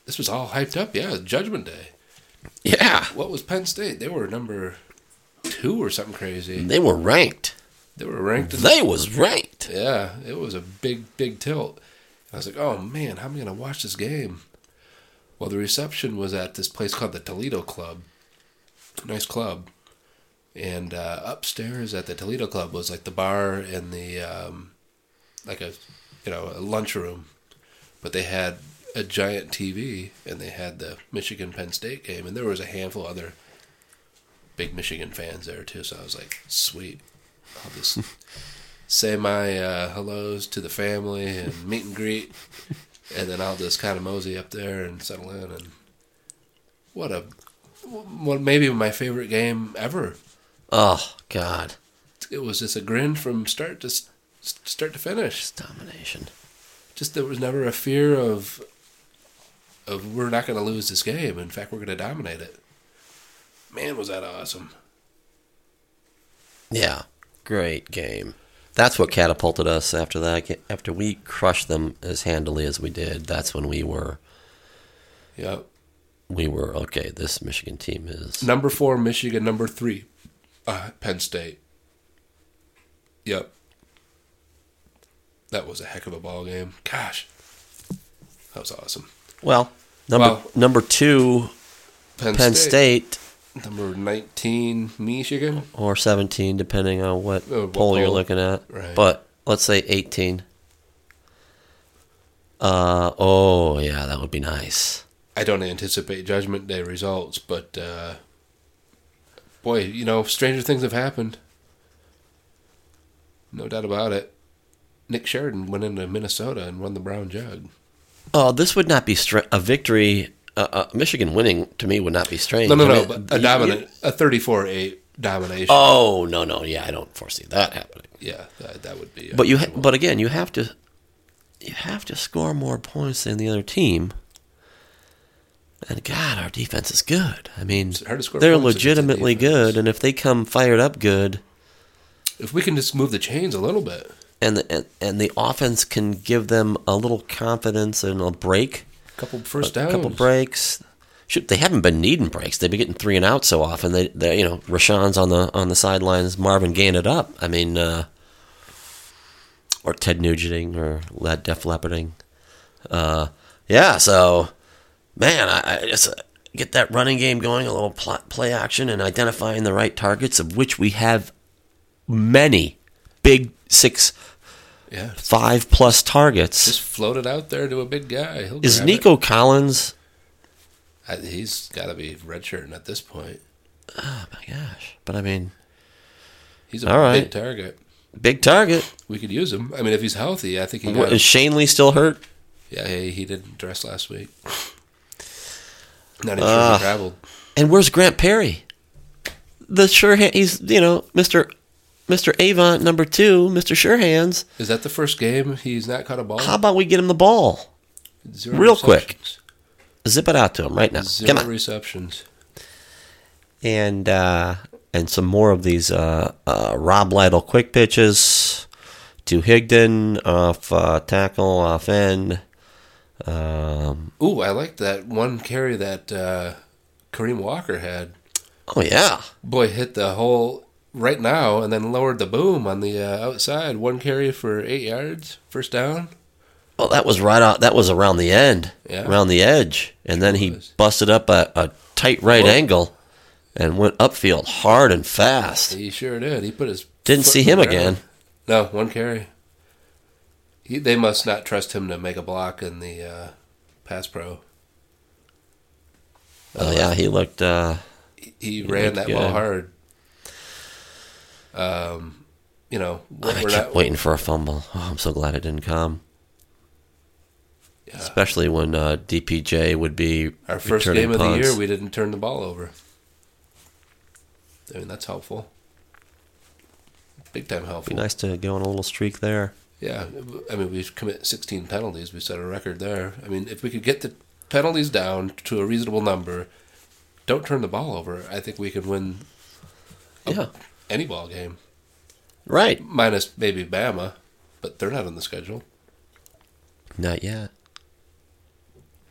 Speaker 2: this was all hyped up. Yeah, Judgment Day.
Speaker 3: yeah.
Speaker 2: What was Penn State? They were number two or something crazy.
Speaker 3: They were ranked.
Speaker 2: They were ranked. In
Speaker 3: They was ranked.
Speaker 2: yeah, it was a big, big tilt. I was like, oh man, how am I going to watch this game? Well, the reception was at this place called the Toledo Club. Nice club. And uh, upstairs at the Toledo Club was like the bar and the, um, like a, you know, a lunchroom. But they had a giant TV and they had the Michigan Penn State game. And there was a handful of other big Michigan fans there too. So I was like, sweet. I'll just say my uh, hellos to the family and meet and greet, and then I'll just kind of mosey up there and settle in. And what a, what maybe my favorite game ever.
Speaker 3: Oh God.
Speaker 2: It was just a grin from start to s- start to finish.
Speaker 3: domination.
Speaker 2: Just there was never a fear of of we're not going to lose this game. In fact, we're going to dominate it. Man, was that awesome!
Speaker 3: Yeah, great game. That's what catapulted us after that. ga- After we crushed them as handily as we did, that's when we were
Speaker 2: Yep.
Speaker 3: we were okay. This Michigan team is
Speaker 2: Number four, Michigan. Number three, uh, Penn State. Yep. That was a heck of a ball game. Gosh, that was awesome.
Speaker 3: well. Number
Speaker 2: Wow.
Speaker 3: number two,
Speaker 2: Penn,
Speaker 3: Penn
Speaker 2: State.
Speaker 3: State.
Speaker 2: Number 19, Michigan.
Speaker 3: or 17, depending on what
Speaker 2: Uh, what
Speaker 3: poll you're
Speaker 2: poll.
Speaker 3: looking at.
Speaker 2: Right.
Speaker 3: But let's say 18. Uh oh yeah, that would be nice.
Speaker 2: I don't anticipate Judgment Day results, but uh, boy, you know, stranger things have happened. No doubt about it. Nick Sheridan went into Minnesota and won the Brown Jug.
Speaker 3: Oh, this would not be str- a victory. Uh, uh, Michigan winning to me would not be strange.
Speaker 2: No, no,
Speaker 3: I
Speaker 2: no,
Speaker 3: mean,
Speaker 2: but
Speaker 3: you-
Speaker 2: a
Speaker 3: you-
Speaker 2: dominant, a 34-8 domination.
Speaker 3: Oh no, no, yeah, I don't foresee that happening.
Speaker 2: Yeah, that, that would be. uh,
Speaker 3: But you, ha- but again, you have to, you have to score more points than the other team. And God, our defense is good. I mean,
Speaker 2: hard to score
Speaker 3: they're
Speaker 2: points against the
Speaker 3: legitimately
Speaker 2: defense.
Speaker 3: good, and if they come fired up good,
Speaker 2: if we can just move the chains a little bit,
Speaker 3: and the, and, and the offense can give them a little confidence and a break,
Speaker 2: a couple first
Speaker 3: a
Speaker 2: downs,
Speaker 3: couple breaks. Shoot, they haven't been needing breaks. They've been getting three and out so often. They, they you know, Rashawn's on the on the sidelines. Marvin gaining it up. I mean, uh, or Ted Nugenting or Led Def Lepparding. Uh, yeah. So, man, I, I just uh, get that running game going, a little pl- play action, and identifying the right targets, of which we have many big six
Speaker 2: yeah,
Speaker 3: five plus targets.
Speaker 2: just float it out there to a big guy. He'll
Speaker 3: Is
Speaker 2: grab it.
Speaker 3: Nico Collins?
Speaker 2: I, he's got to be redshirting at this point.
Speaker 3: Oh my gosh! But I mean,
Speaker 2: He's a
Speaker 3: All right.
Speaker 2: big target.
Speaker 3: big target.
Speaker 2: We could use him. I mean, if he's healthy, I think he.
Speaker 3: What,
Speaker 2: Got,
Speaker 3: is Shane Lee still hurt?
Speaker 2: yeah, he, he didn't dress last week. Not even sure
Speaker 3: Ah.
Speaker 2: he traveled.
Speaker 3: And where's Grant Perry? The sure hand. He's you know Mister Mister Avant number two, Mister Sure Hands.
Speaker 2: Is that the first game he's not caught a ball?
Speaker 3: How about we get him the ball?
Speaker 2: Zero
Speaker 3: real quick.
Speaker 2: receptions.
Speaker 3: Zip it out to him right now.
Speaker 2: Zero
Speaker 3: Come on.
Speaker 2: receptions.
Speaker 3: and uh, and some more of these uh, uh, Rob Lytle quick pitches to Higdon off uh, tackle off end. Um,
Speaker 2: Ooh, I liked that one carry that uh, Kareem Walker had.
Speaker 3: oh yeah.
Speaker 2: Boy, hit the hole right now and then lowered the boom on the uh, outside. One carry for eight yards, first down.
Speaker 3: Well, that was right out. That was around the end,
Speaker 2: Yeah.
Speaker 3: around the edge, and then he
Speaker 2: was.
Speaker 3: busted up a, a tight right angle and went upfield hard and fast.
Speaker 2: He sure did. He put his
Speaker 3: Didn't
Speaker 2: foot
Speaker 3: see
Speaker 2: in the
Speaker 3: him
Speaker 2: ground.
Speaker 3: again.
Speaker 2: No, one carry. He, they must not trust him to make a block in the uh, pass pro.
Speaker 3: Oh yeah, he looked. Uh,
Speaker 2: He, he ran
Speaker 3: looked
Speaker 2: that
Speaker 3: good.
Speaker 2: ball hard. Um, you know,
Speaker 3: I
Speaker 2: we're
Speaker 3: kept
Speaker 2: not,
Speaker 3: waiting for a fumble. Oh, I'm so glad it didn't come.
Speaker 2: Yeah.
Speaker 3: Especially when uh, DPJ would be
Speaker 2: our first
Speaker 3: returning
Speaker 2: game of the
Speaker 3: punts.
Speaker 2: year, we didn't turn the ball over. I mean, that's helpful. Big time helpful.
Speaker 3: be nice to go on a little streak there.
Speaker 2: Yeah, uh, I mean, we've commit 16 penalties. We set a record there. I mean, if we could get the penalties down to a reasonable number, don't turn the ball over. I think we could win Oh.
Speaker 3: Yeah,
Speaker 2: any ball game,
Speaker 3: right.
Speaker 2: minus maybe Bama, but they're not on the schedule.
Speaker 3: Not yet.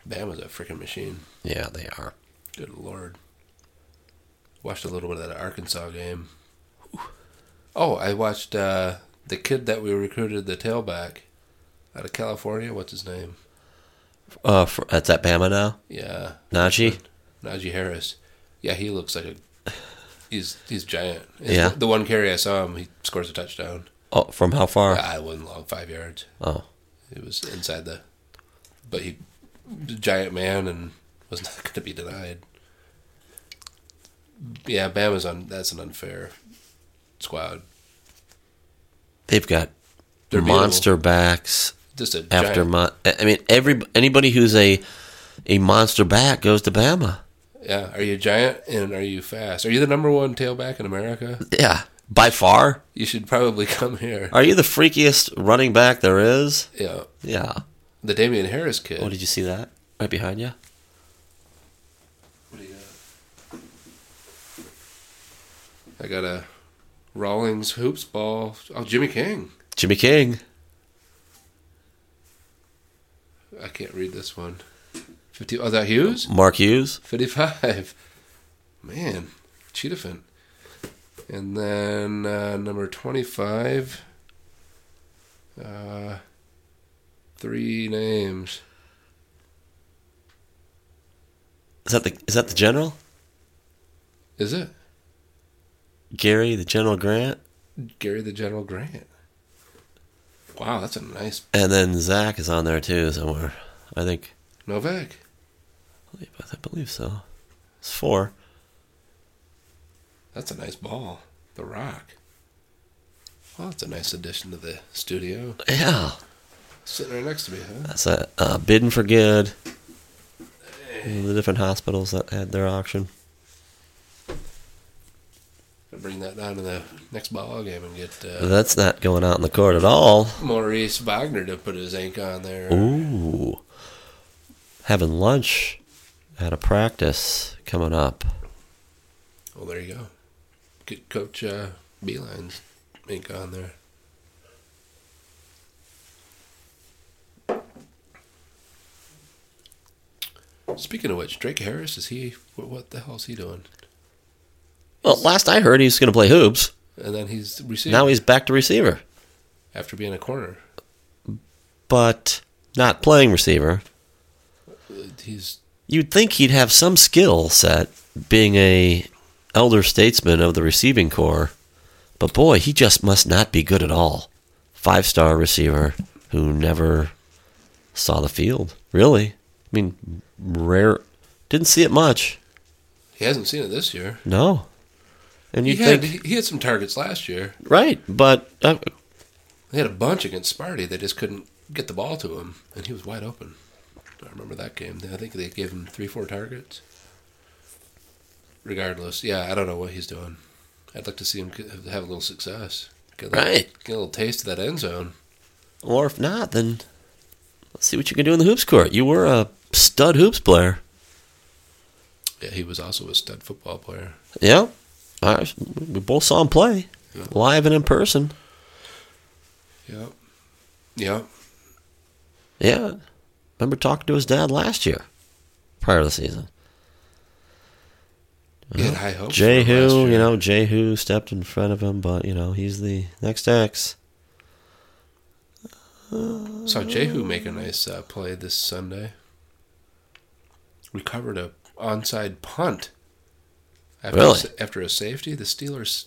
Speaker 2: Bama's a freaking machine.
Speaker 3: Yeah, they are.
Speaker 2: Good lord. Watched a little bit of that Arkansas game. Oh, I watched uh, the kid that we recruited, the tailback out of California. What's his name?
Speaker 3: Uh, for, that's at Bama now.
Speaker 2: Yeah.
Speaker 3: Najee.
Speaker 2: Najee Harris. Yeah, he looks like a he's he's giant.
Speaker 3: Yeah.
Speaker 2: The one carry I saw him, he scores a touchdown.
Speaker 3: Oh, from how far?
Speaker 2: I wasn't long, five yards.
Speaker 3: Oh,
Speaker 2: It was inside the, but he was a giant man and was not going to be denied. Yeah, Bama's on. That's an unfair squad.
Speaker 3: they've got
Speaker 2: They're beatable.
Speaker 3: monster backs.
Speaker 2: Just a
Speaker 3: after
Speaker 2: giant,
Speaker 3: mon- I I mean every anybody who's a a monster back goes to Bama.
Speaker 2: yeah. Are you giant and are you fast? Are you the number one tailback in America?
Speaker 3: Yeah, by far.
Speaker 2: You should probably come here.
Speaker 3: Are you the freakiest running back there is?
Speaker 2: Yeah,
Speaker 3: Yeah.
Speaker 2: the Damian Harris kid.
Speaker 3: Oh, did you see that right behind you?
Speaker 2: What do you got? I got a Rawlings hoops ball. Oh, Jimmy King.
Speaker 3: Jimmy King.
Speaker 2: I can't read this one. Fifty. Oh, is that Hughes.
Speaker 3: Mark Hughes.
Speaker 2: Fifty-five. Man, Cheetahfin. And then uh, number twenty-five. Uh, three names.
Speaker 3: Is that the is that the general?
Speaker 2: Is it
Speaker 3: Gary, the General Grant,
Speaker 2: Gary the General Grant? Wow, that's a nice
Speaker 3: and then Zach is on there too somewhere. I think.
Speaker 2: Novak.
Speaker 3: I believe- I believe so. It's four.
Speaker 2: That's a nice ball. The Rock. Well, that's a nice addition to the studio.
Speaker 3: Yeah,
Speaker 2: Sitting right next to me, huh?
Speaker 3: that's a uh, bidding for good. The different hospitals that had their auction.
Speaker 2: I'll bring that down to the next ball game and get uh,
Speaker 3: That's not going out in the court at all.
Speaker 2: Maurice Wagner to put his ink on there.
Speaker 3: Ooh. Having lunch at a practice coming up.
Speaker 2: Well, there you go. Get Coach uh, Beeline's ink on there. Speaking of which, Drake Harris is he? What, what the hell is he doing?
Speaker 3: Well, last I heard, he's going to play hoops.
Speaker 2: And then he's receiving
Speaker 3: Now he's back to receiver,
Speaker 2: after being a corner.
Speaker 3: but not playing receiver.
Speaker 2: Uh, He's
Speaker 3: You'd think he'd have some skill set, being a elder statesman of the receiving corps. But boy, he just must not be good at all. Five star receiver who never saw the field. Really, I mean, rare. Didn't see it much.
Speaker 2: he hasn't seen it this year.
Speaker 3: No. And
Speaker 2: He
Speaker 3: you
Speaker 2: had
Speaker 3: think
Speaker 2: he had some targets last year.
Speaker 3: right, but uh,
Speaker 2: They had a bunch against Sparty. They just couldn't get the ball to him, and he was wide open. I remember that game. I think they gave him three, four targets. Regardless, yeah, I don't know what he's doing. I'd like to see him c- have a little success. Get a little,
Speaker 3: Right.
Speaker 2: Get a little taste of that end zone.
Speaker 3: or if not, then let's see what you can do in the hoops court. You were a stud hoops player.
Speaker 2: Yeah, he was also a stud football player.
Speaker 3: Yeah, I, we both saw him play
Speaker 2: Yeah.
Speaker 3: live and in person.
Speaker 2: Yep. Yep.
Speaker 3: Yeah, remember talking to his dad last year, prior to the season.
Speaker 2: He had high hopes. for
Speaker 3: Uh-huh. Jehu,
Speaker 2: him last year.
Speaker 3: you know, Jehu stepped in front of him, but you know he's the next X.
Speaker 2: Saw Jehu make a nice uh, play this Sunday. Recovered a onside punt. After
Speaker 3: Really?
Speaker 2: A, after a safety, the Steelers.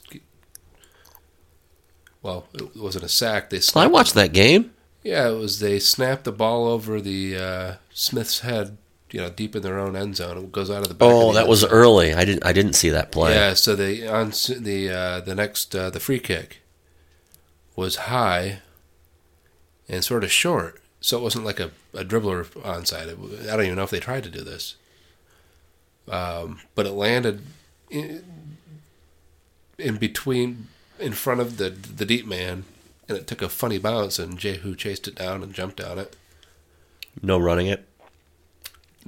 Speaker 2: Well, it wasn't a sack. They
Speaker 3: I
Speaker 2: snapped,
Speaker 3: watched that game.
Speaker 2: Yeah, it was. They snapped the ball over the uh, Smith's head. You know, deep in their own end zone, it goes out of the. Back
Speaker 3: Oh,
Speaker 2: of the
Speaker 3: that
Speaker 2: end
Speaker 3: was
Speaker 2: zone.
Speaker 3: early. I didn't. I didn't see that play.
Speaker 2: Yeah, so the on the uh, the next uh, the free kick was high and sort of short, so it wasn't like a, a dribbler onside. It, wa- I don't even know if they tried to do this, um, but it landed in, in between, in front of the the deep man, and it took a funny bounce, and Jehu chased it down and jumped on it.
Speaker 3: No running it.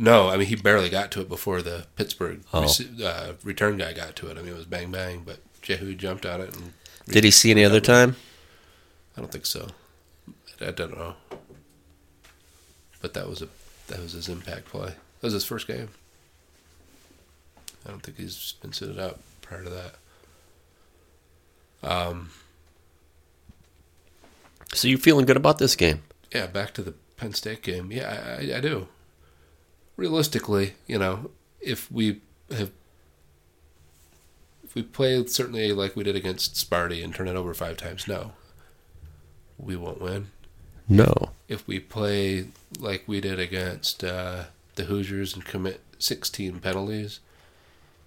Speaker 2: No, I mean he barely got to it before the Pittsburgh
Speaker 3: Oh.
Speaker 2: rece- uh, return guy got to it. I mean it was bang bang, but Jehu jumped on it, and
Speaker 3: Did he see any other time?
Speaker 2: I don't think so. I, I don't know, but that was a that was his impact play. That was his first game. I don't think he's been suited up prior to that.
Speaker 3: So you feeling good about this game?
Speaker 2: yeah, back to the Penn State game. Yeah, I, I, I do. Realistically, you know, if we have if we play certainly like we did against Sparty and turn it over five times, no, we won't win.
Speaker 3: No.
Speaker 2: If we play like we did against uh, the Hoosiers and commit 16 penalties,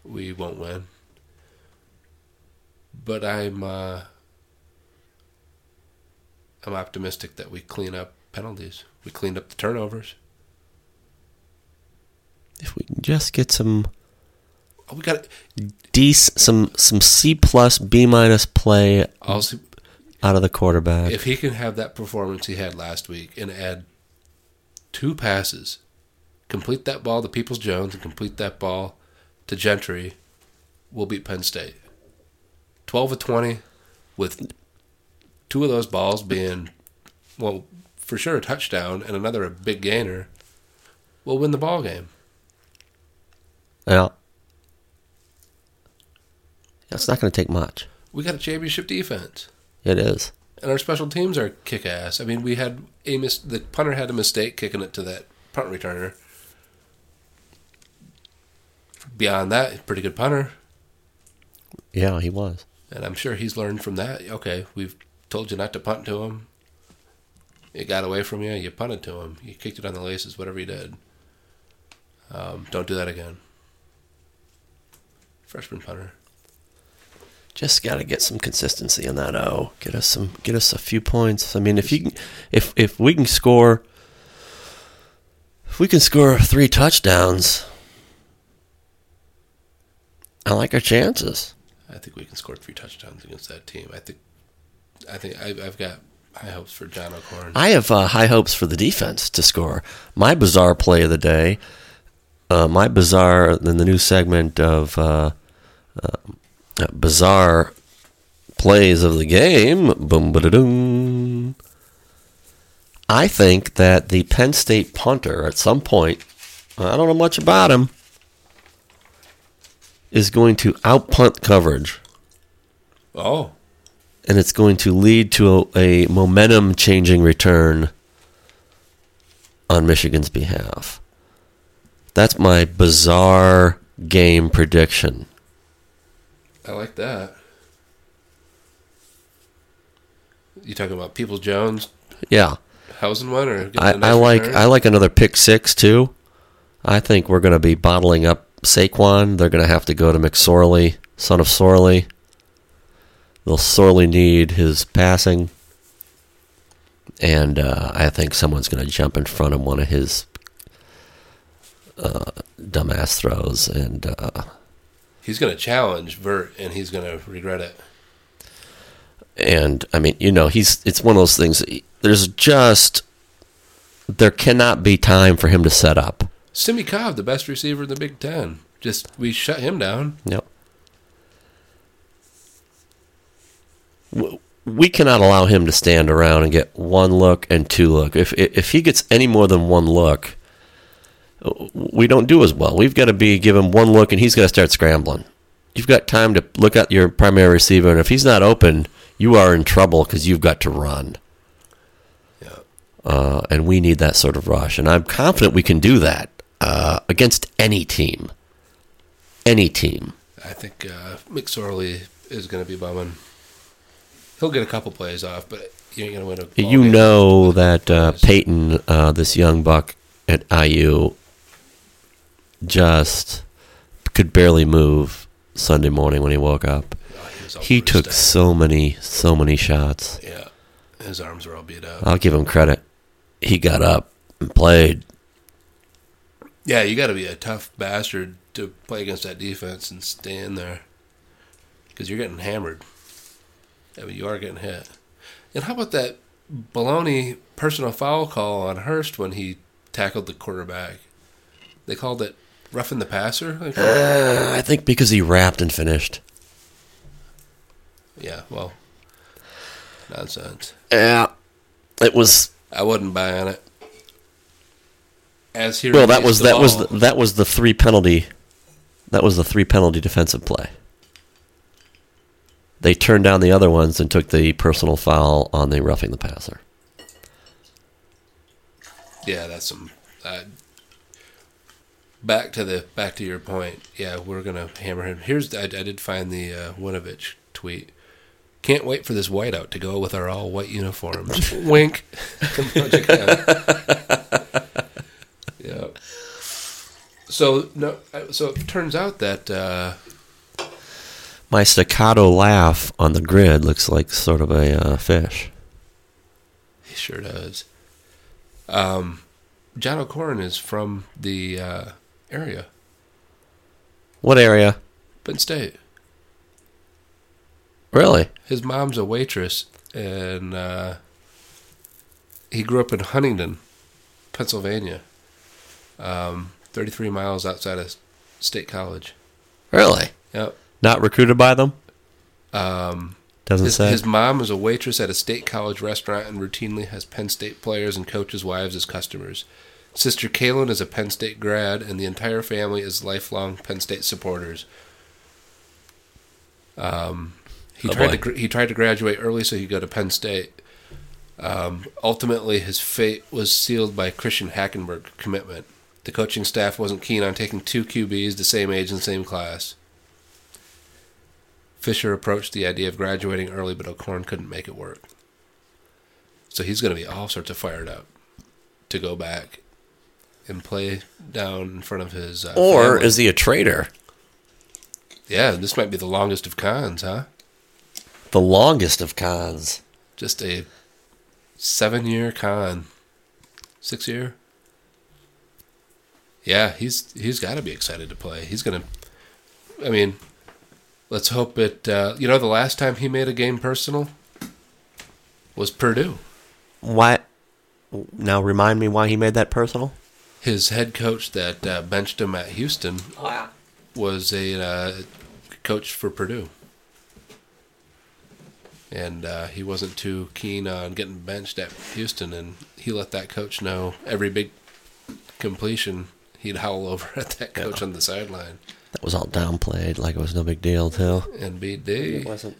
Speaker 2: we won't win. But I'm uh, I'm optimistic that we clean up penalties. We cleaned up the turnovers.
Speaker 3: If we can just get some
Speaker 2: Oh, we got
Speaker 3: D, some some C plus B minus play
Speaker 2: also
Speaker 3: out of the quarterback.
Speaker 2: if he can have that performance he had last week and add two passes, complete that ball to Peoples Jones and complete that ball to Gentry, we'll beat Penn State. Twelve of twenty, with two of those balls being, well, for sure a touchdown and another a big gainer, we'll win the ball game.
Speaker 3: yeah. It's not going to take much.
Speaker 2: We got a championship defense.
Speaker 3: It is.
Speaker 2: and our special teams are kick ass. I mean, we had a mis- the punter had a mistake kicking it to that punt returner. beyond that, pretty good punter.
Speaker 3: Yeah, he was.
Speaker 2: And I'm sure he's learned from that. Okay, we've told you not to punt to him. It got away from you. You punted to him. You kicked it on the laces, whatever you did. Um, don't do that again. Freshman punter.
Speaker 3: Just got to get some consistency on that O. Get us some, get us a few points. I mean, if you can, if if we can score, if we can score three touchdowns, I like our chances.
Speaker 2: I think we can score three touchdowns against that team. I think, I think I, I've got high hopes for John O'Corn.
Speaker 3: I have uh, high hopes for the defense to score. My bizarre play of the day, uh, my bizarre in the new segment of uh, uh, bizarre plays of the game. Boom, ba doom. I think that the Penn State punter at some point, I don't know much about him, is going to outpunt coverage
Speaker 2: oh,
Speaker 3: and it's going to lead to a, a momentum changing return on Michigan's behalf. That's my bizarre game prediction.
Speaker 2: I like that. You talking about People Jones
Speaker 3: Yeah,
Speaker 2: housing one or?
Speaker 3: I, I like I like another pick six too. I think we're going to be bottling up Saquon. They're going to have to go to McSorley, son of Sorley. They'll sorely need his passing, and uh, I think someone's going to jump in front of one of his uh, dumbass throws, and uh,
Speaker 2: He's gonna challenge Vert, and he's gonna regret it.
Speaker 3: and I mean, you know, he's it's one of those things. that he- There's just there cannot be time for him to set up.
Speaker 2: Simi Cobb, the best receiver in the Big Ten, just we shut him down.
Speaker 3: Yep. W- We cannot allow him to stand around and get one look and two look. If if if he gets any more than one look, w- we don't do as well. We've got to be give him one look and he's got to start scrambling. You've got time to look at your primary receiver, and if he's not open, you are in trouble because you've got to run.
Speaker 2: Yeah.
Speaker 3: Uh, and we need that sort of rush, and I'm confident we can do that uh, against any team. Any team.
Speaker 2: I think uh, McSorley is gonna be bumming. He'll get a couple plays off, but you ain't gonna win a. ball
Speaker 3: you
Speaker 2: game.
Speaker 3: know that uh, Peyton, uh, this young buck at IU, just could barely move Sunday morning when he woke up.
Speaker 2: Oh, he was all
Speaker 3: He
Speaker 2: bruised
Speaker 3: took
Speaker 2: up.
Speaker 3: so many, so many shots.
Speaker 2: Yeah, his arms were all beat up.
Speaker 3: I'll give him credit. He got up and played.
Speaker 2: Yeah, you got to be a tough bastard to play against that defense and stay in there because you're getting hammered. I mean, you are getting hit. And how about that baloney personal foul call on Hurst when he tackled the quarterback? They called it roughing the passer. Like,
Speaker 3: Uh, I think because he wrapped and finished.
Speaker 2: yeah, well, nonsense.
Speaker 3: Yeah, it was.
Speaker 2: I wasn't buying it. As here,
Speaker 3: Well, that was that was the, that was the three penalty. That was the three penalty defensive play. They turned down the other ones and took the personal foul on the roughing the passer.
Speaker 2: Yeah, that's some. Uh, back to the back to your point. Yeah, we're gonna hammer him. Here's I, I did find the uh, Winovich tweet. Can't wait for this whiteout to go with our all white uniforms. Wink. yeah. So no. uh, So it turns out that uh,
Speaker 3: My staccato laugh on the grid looks like sort of a uh, fish.
Speaker 2: he sure does. Um, John O'Corn is from the uh, area,
Speaker 3: What area?
Speaker 2: Penn State.
Speaker 3: Really?
Speaker 2: His mom's a waitress, and uh, he grew up in Huntington, Pennsylvania, um, 33 miles outside of State College.
Speaker 3: Really?
Speaker 2: Yep.
Speaker 3: Not recruited by them?
Speaker 2: Um,
Speaker 3: Doesn't
Speaker 2: his,
Speaker 3: say.
Speaker 2: his mom is a waitress at a State College restaurant and routinely has Penn State players and coaches' wives as customers. Sister Kaylin is a Penn State grad, and the entire family is lifelong Penn State supporters. Um, he
Speaker 3: Oh,
Speaker 2: tried
Speaker 3: boy.
Speaker 2: to gr- he tried to graduate early so he could go to Penn State. Um, ultimately, his fate was sealed by Christian Hackenberg commitment. The coaching staff wasn't keen on taking two QBs the same age and same class. Fisher approached the idea of graduating early, but O'Corn couldn't make it work. So he's going to be all sorts of fired up to go back and play down in front of his. Uh,
Speaker 3: Or
Speaker 2: family.
Speaker 3: is he a traitor?
Speaker 2: yeah, this might be the longest of cons, huh?
Speaker 3: The longest of cons.
Speaker 2: Just a seven-year con, six-year. Yeah, he's he's got to be excited to play. He's gonna. I mean, let's hope it. Uh, you know, the last time he made a game personal was Purdue.
Speaker 3: Why? Now remind me why he made that personal.
Speaker 2: his head coach that uh, benched him at Houston was a uh, coach for Purdue, and uh, he wasn't too keen on getting benched at Houston, and he let that coach know every big completion he'd howl over at that coach on the sideline.
Speaker 3: That was all downplayed, like it was no big deal too.
Speaker 2: NBD.
Speaker 3: wasn't.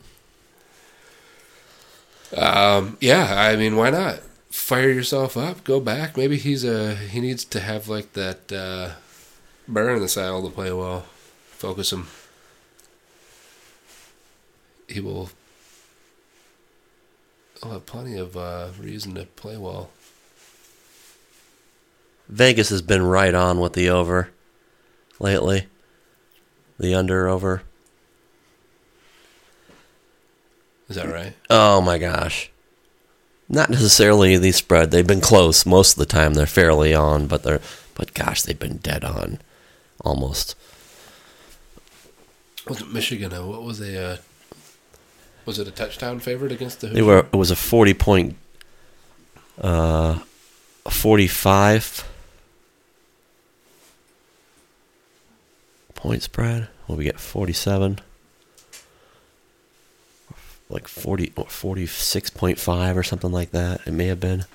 Speaker 2: Yeah, I mean, why not? Fire yourself up, go back. Maybe he's a he needs to have like that uh, burn in the saddle to play well. Focus him. He will. He'll have plenty of uh, reason to play well.
Speaker 3: Vegas has been right on with the over lately. The under over.
Speaker 2: Is that right?
Speaker 3: Oh my gosh. Not necessarily the spread. They've been close most of the time. They're fairly on, but they're but gosh, they've been dead on almost.
Speaker 2: Was it Michigan? Uh, what was a uh, was it a touchdown favorite against the?
Speaker 3: They were it was a 40 point uh 45 point spread. What we get 47 like 40 or 46.5 or something like that. It may have been.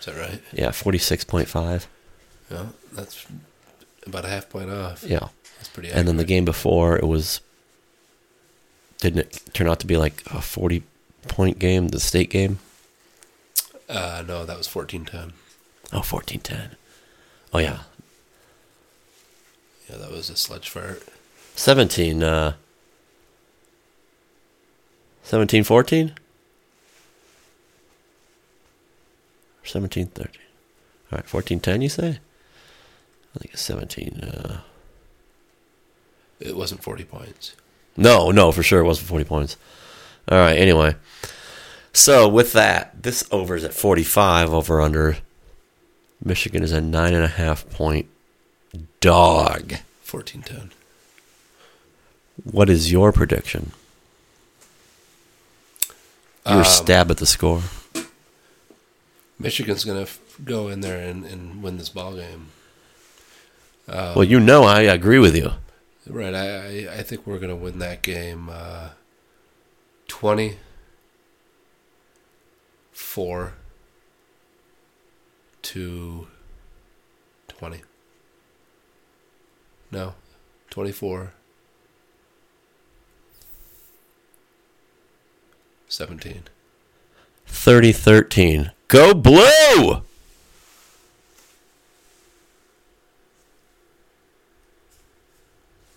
Speaker 2: Is that right?
Speaker 3: Yeah, 46.5.
Speaker 2: Yeah, that's about a half point off.
Speaker 3: Yeah.
Speaker 2: that's pretty.
Speaker 3: And then the
Speaker 2: accurate.
Speaker 3: game before, it was didn't it turn out to be like a forty point game, the state game?
Speaker 2: Uh, no, that was fourteen ten.
Speaker 3: Oh, 14-10. Oh yeah,
Speaker 2: Yeah, that was a sledge fart.
Speaker 3: seventeen. Uh, 17-14? 17-13. All right, 14-10 you say? I think it's 17. Uh,
Speaker 2: It wasn't 40 points.
Speaker 3: No, no, for sure it wasn't 40 points. All right, anyway. So with that, this over is at 45 over under. Michigan is a nine and a half point dog.
Speaker 2: 14 10.
Speaker 3: What is your prediction? Your stab at the score.
Speaker 2: Michigan's going to f- go in there and, and win this ball game.
Speaker 3: well, you know I agree with you.
Speaker 2: Right. I, I, I think we're going to win that game uh, 20 4 to 20. No, 24 17.
Speaker 3: 30-13. Go blue!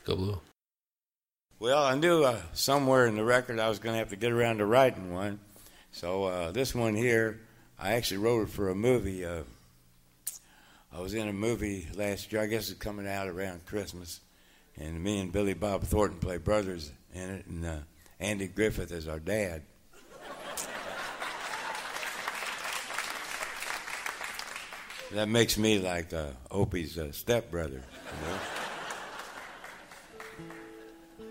Speaker 2: Go blue.
Speaker 6: Well, I knew uh, somewhere in the record I was going to have to get around to writing one. So uh, this one here, I actually wrote it for a movie. Uh, I was in a movie last year. I guess it's coming out around Christmas, and me and Billy Bob Thornton play brothers in it, and uh, Andy Griffith is our dad. that makes me like uh, Opie's uh, stepbrother. You know?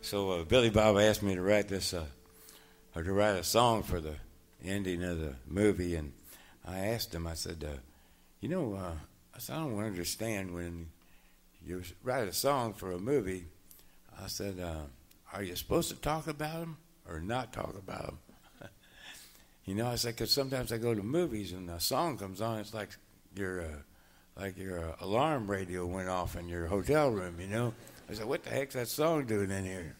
Speaker 6: So uh, Billy Bob asked me to write this, uh, or to write a song for the ending of the movie, and I asked him. I said, uh, "You know, uh, I said I don't understand when you write a song for a movie. I said, uh, are you supposed to talk about them or not talk about them? you know, I said because sometimes I go to movies and a song comes on, it's like your, uh, like your uh, alarm radio went off in your hotel room. You know, I said, what the heck's that song doing in here?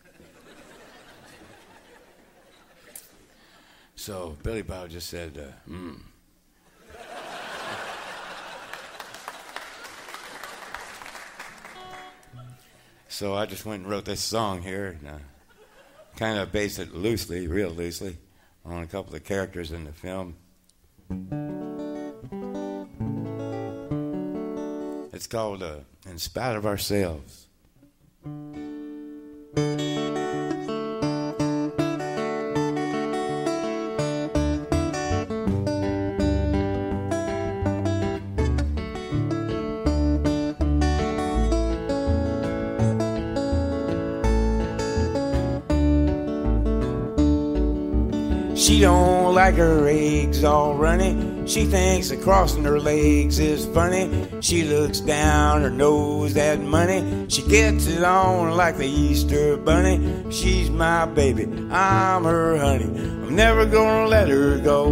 Speaker 6: so Billy Bob mm. just said, uh, hmm. So I just went and wrote this song here, and uh, kind of based it loosely, real loosely, on a couple of characters in the film. It's called uh, "In Spite of Ourselves." She don't like her eggs all runny. She thinks that crossing her legs is funny. She looks down her nose at money. She gets it on like the Easter bunny. She's my baby, I'm her honey. I'm never gonna let her go.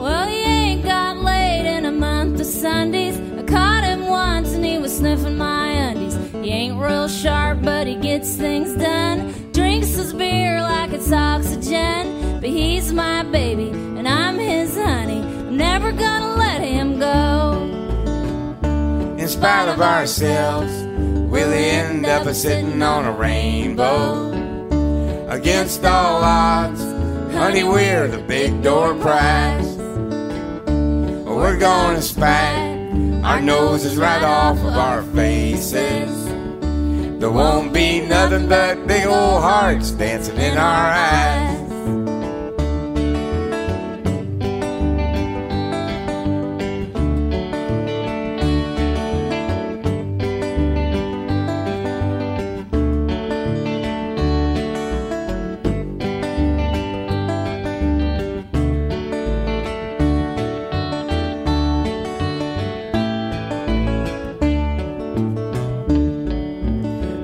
Speaker 7: Well, he ain't got laid in a month of Sundays. I caught him once and he was sniffing my undies. He ain't real sharp, but he gets things done. Drinks his beer like it's oxygen. But he's my baby and I'm his honey. I'm never gonna let him go.
Speaker 6: In spite of ourselves, we'll end up a sitting on a rainbow. Against all odds, honey, we're the big door prize. We're gonna spite. Our nose is right off of our faces. There won't be nothing but big old hearts dancing in our eyes.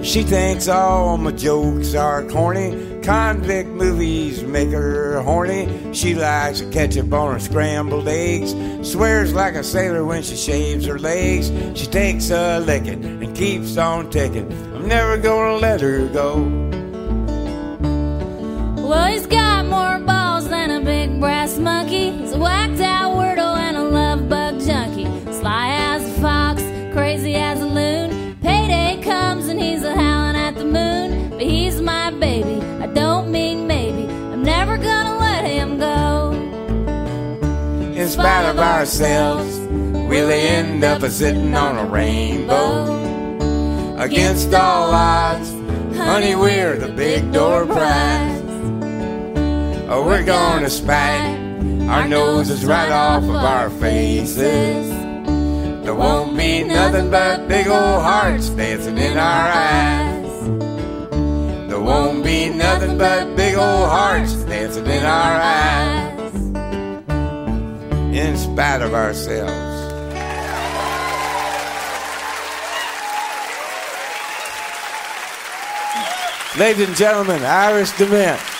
Speaker 6: She thinks all my jokes are corny. Convict movies make her horny. She likes to catch up on her scrambled eggs. Swears like a sailor when she shaves her legs. She takes a licking and keeps on ticking. I'm never gonna let her go.
Speaker 7: Well, he's got more balls than a big brass monkey. He's a whacked out weirdo and a love bug junkie. Sly as a fox, crazy as a loon. Payday comes and he's a howling at the moon. But he's my baby, I don't mean maybe. I'm never gonna let him go.
Speaker 6: In spite of ourselves, we'll end up a sitting on a rainbow. Against all odds, honey, we're the big door prize. Oh, we're gonna spite. Our nose is right off of our faces. There won't be nothing but big old hearts dancing in our eyes. There won't be nothing but big old hearts dancing in our eyes. In spite of ourselves. Ladies and gentlemen, Iris DeMint.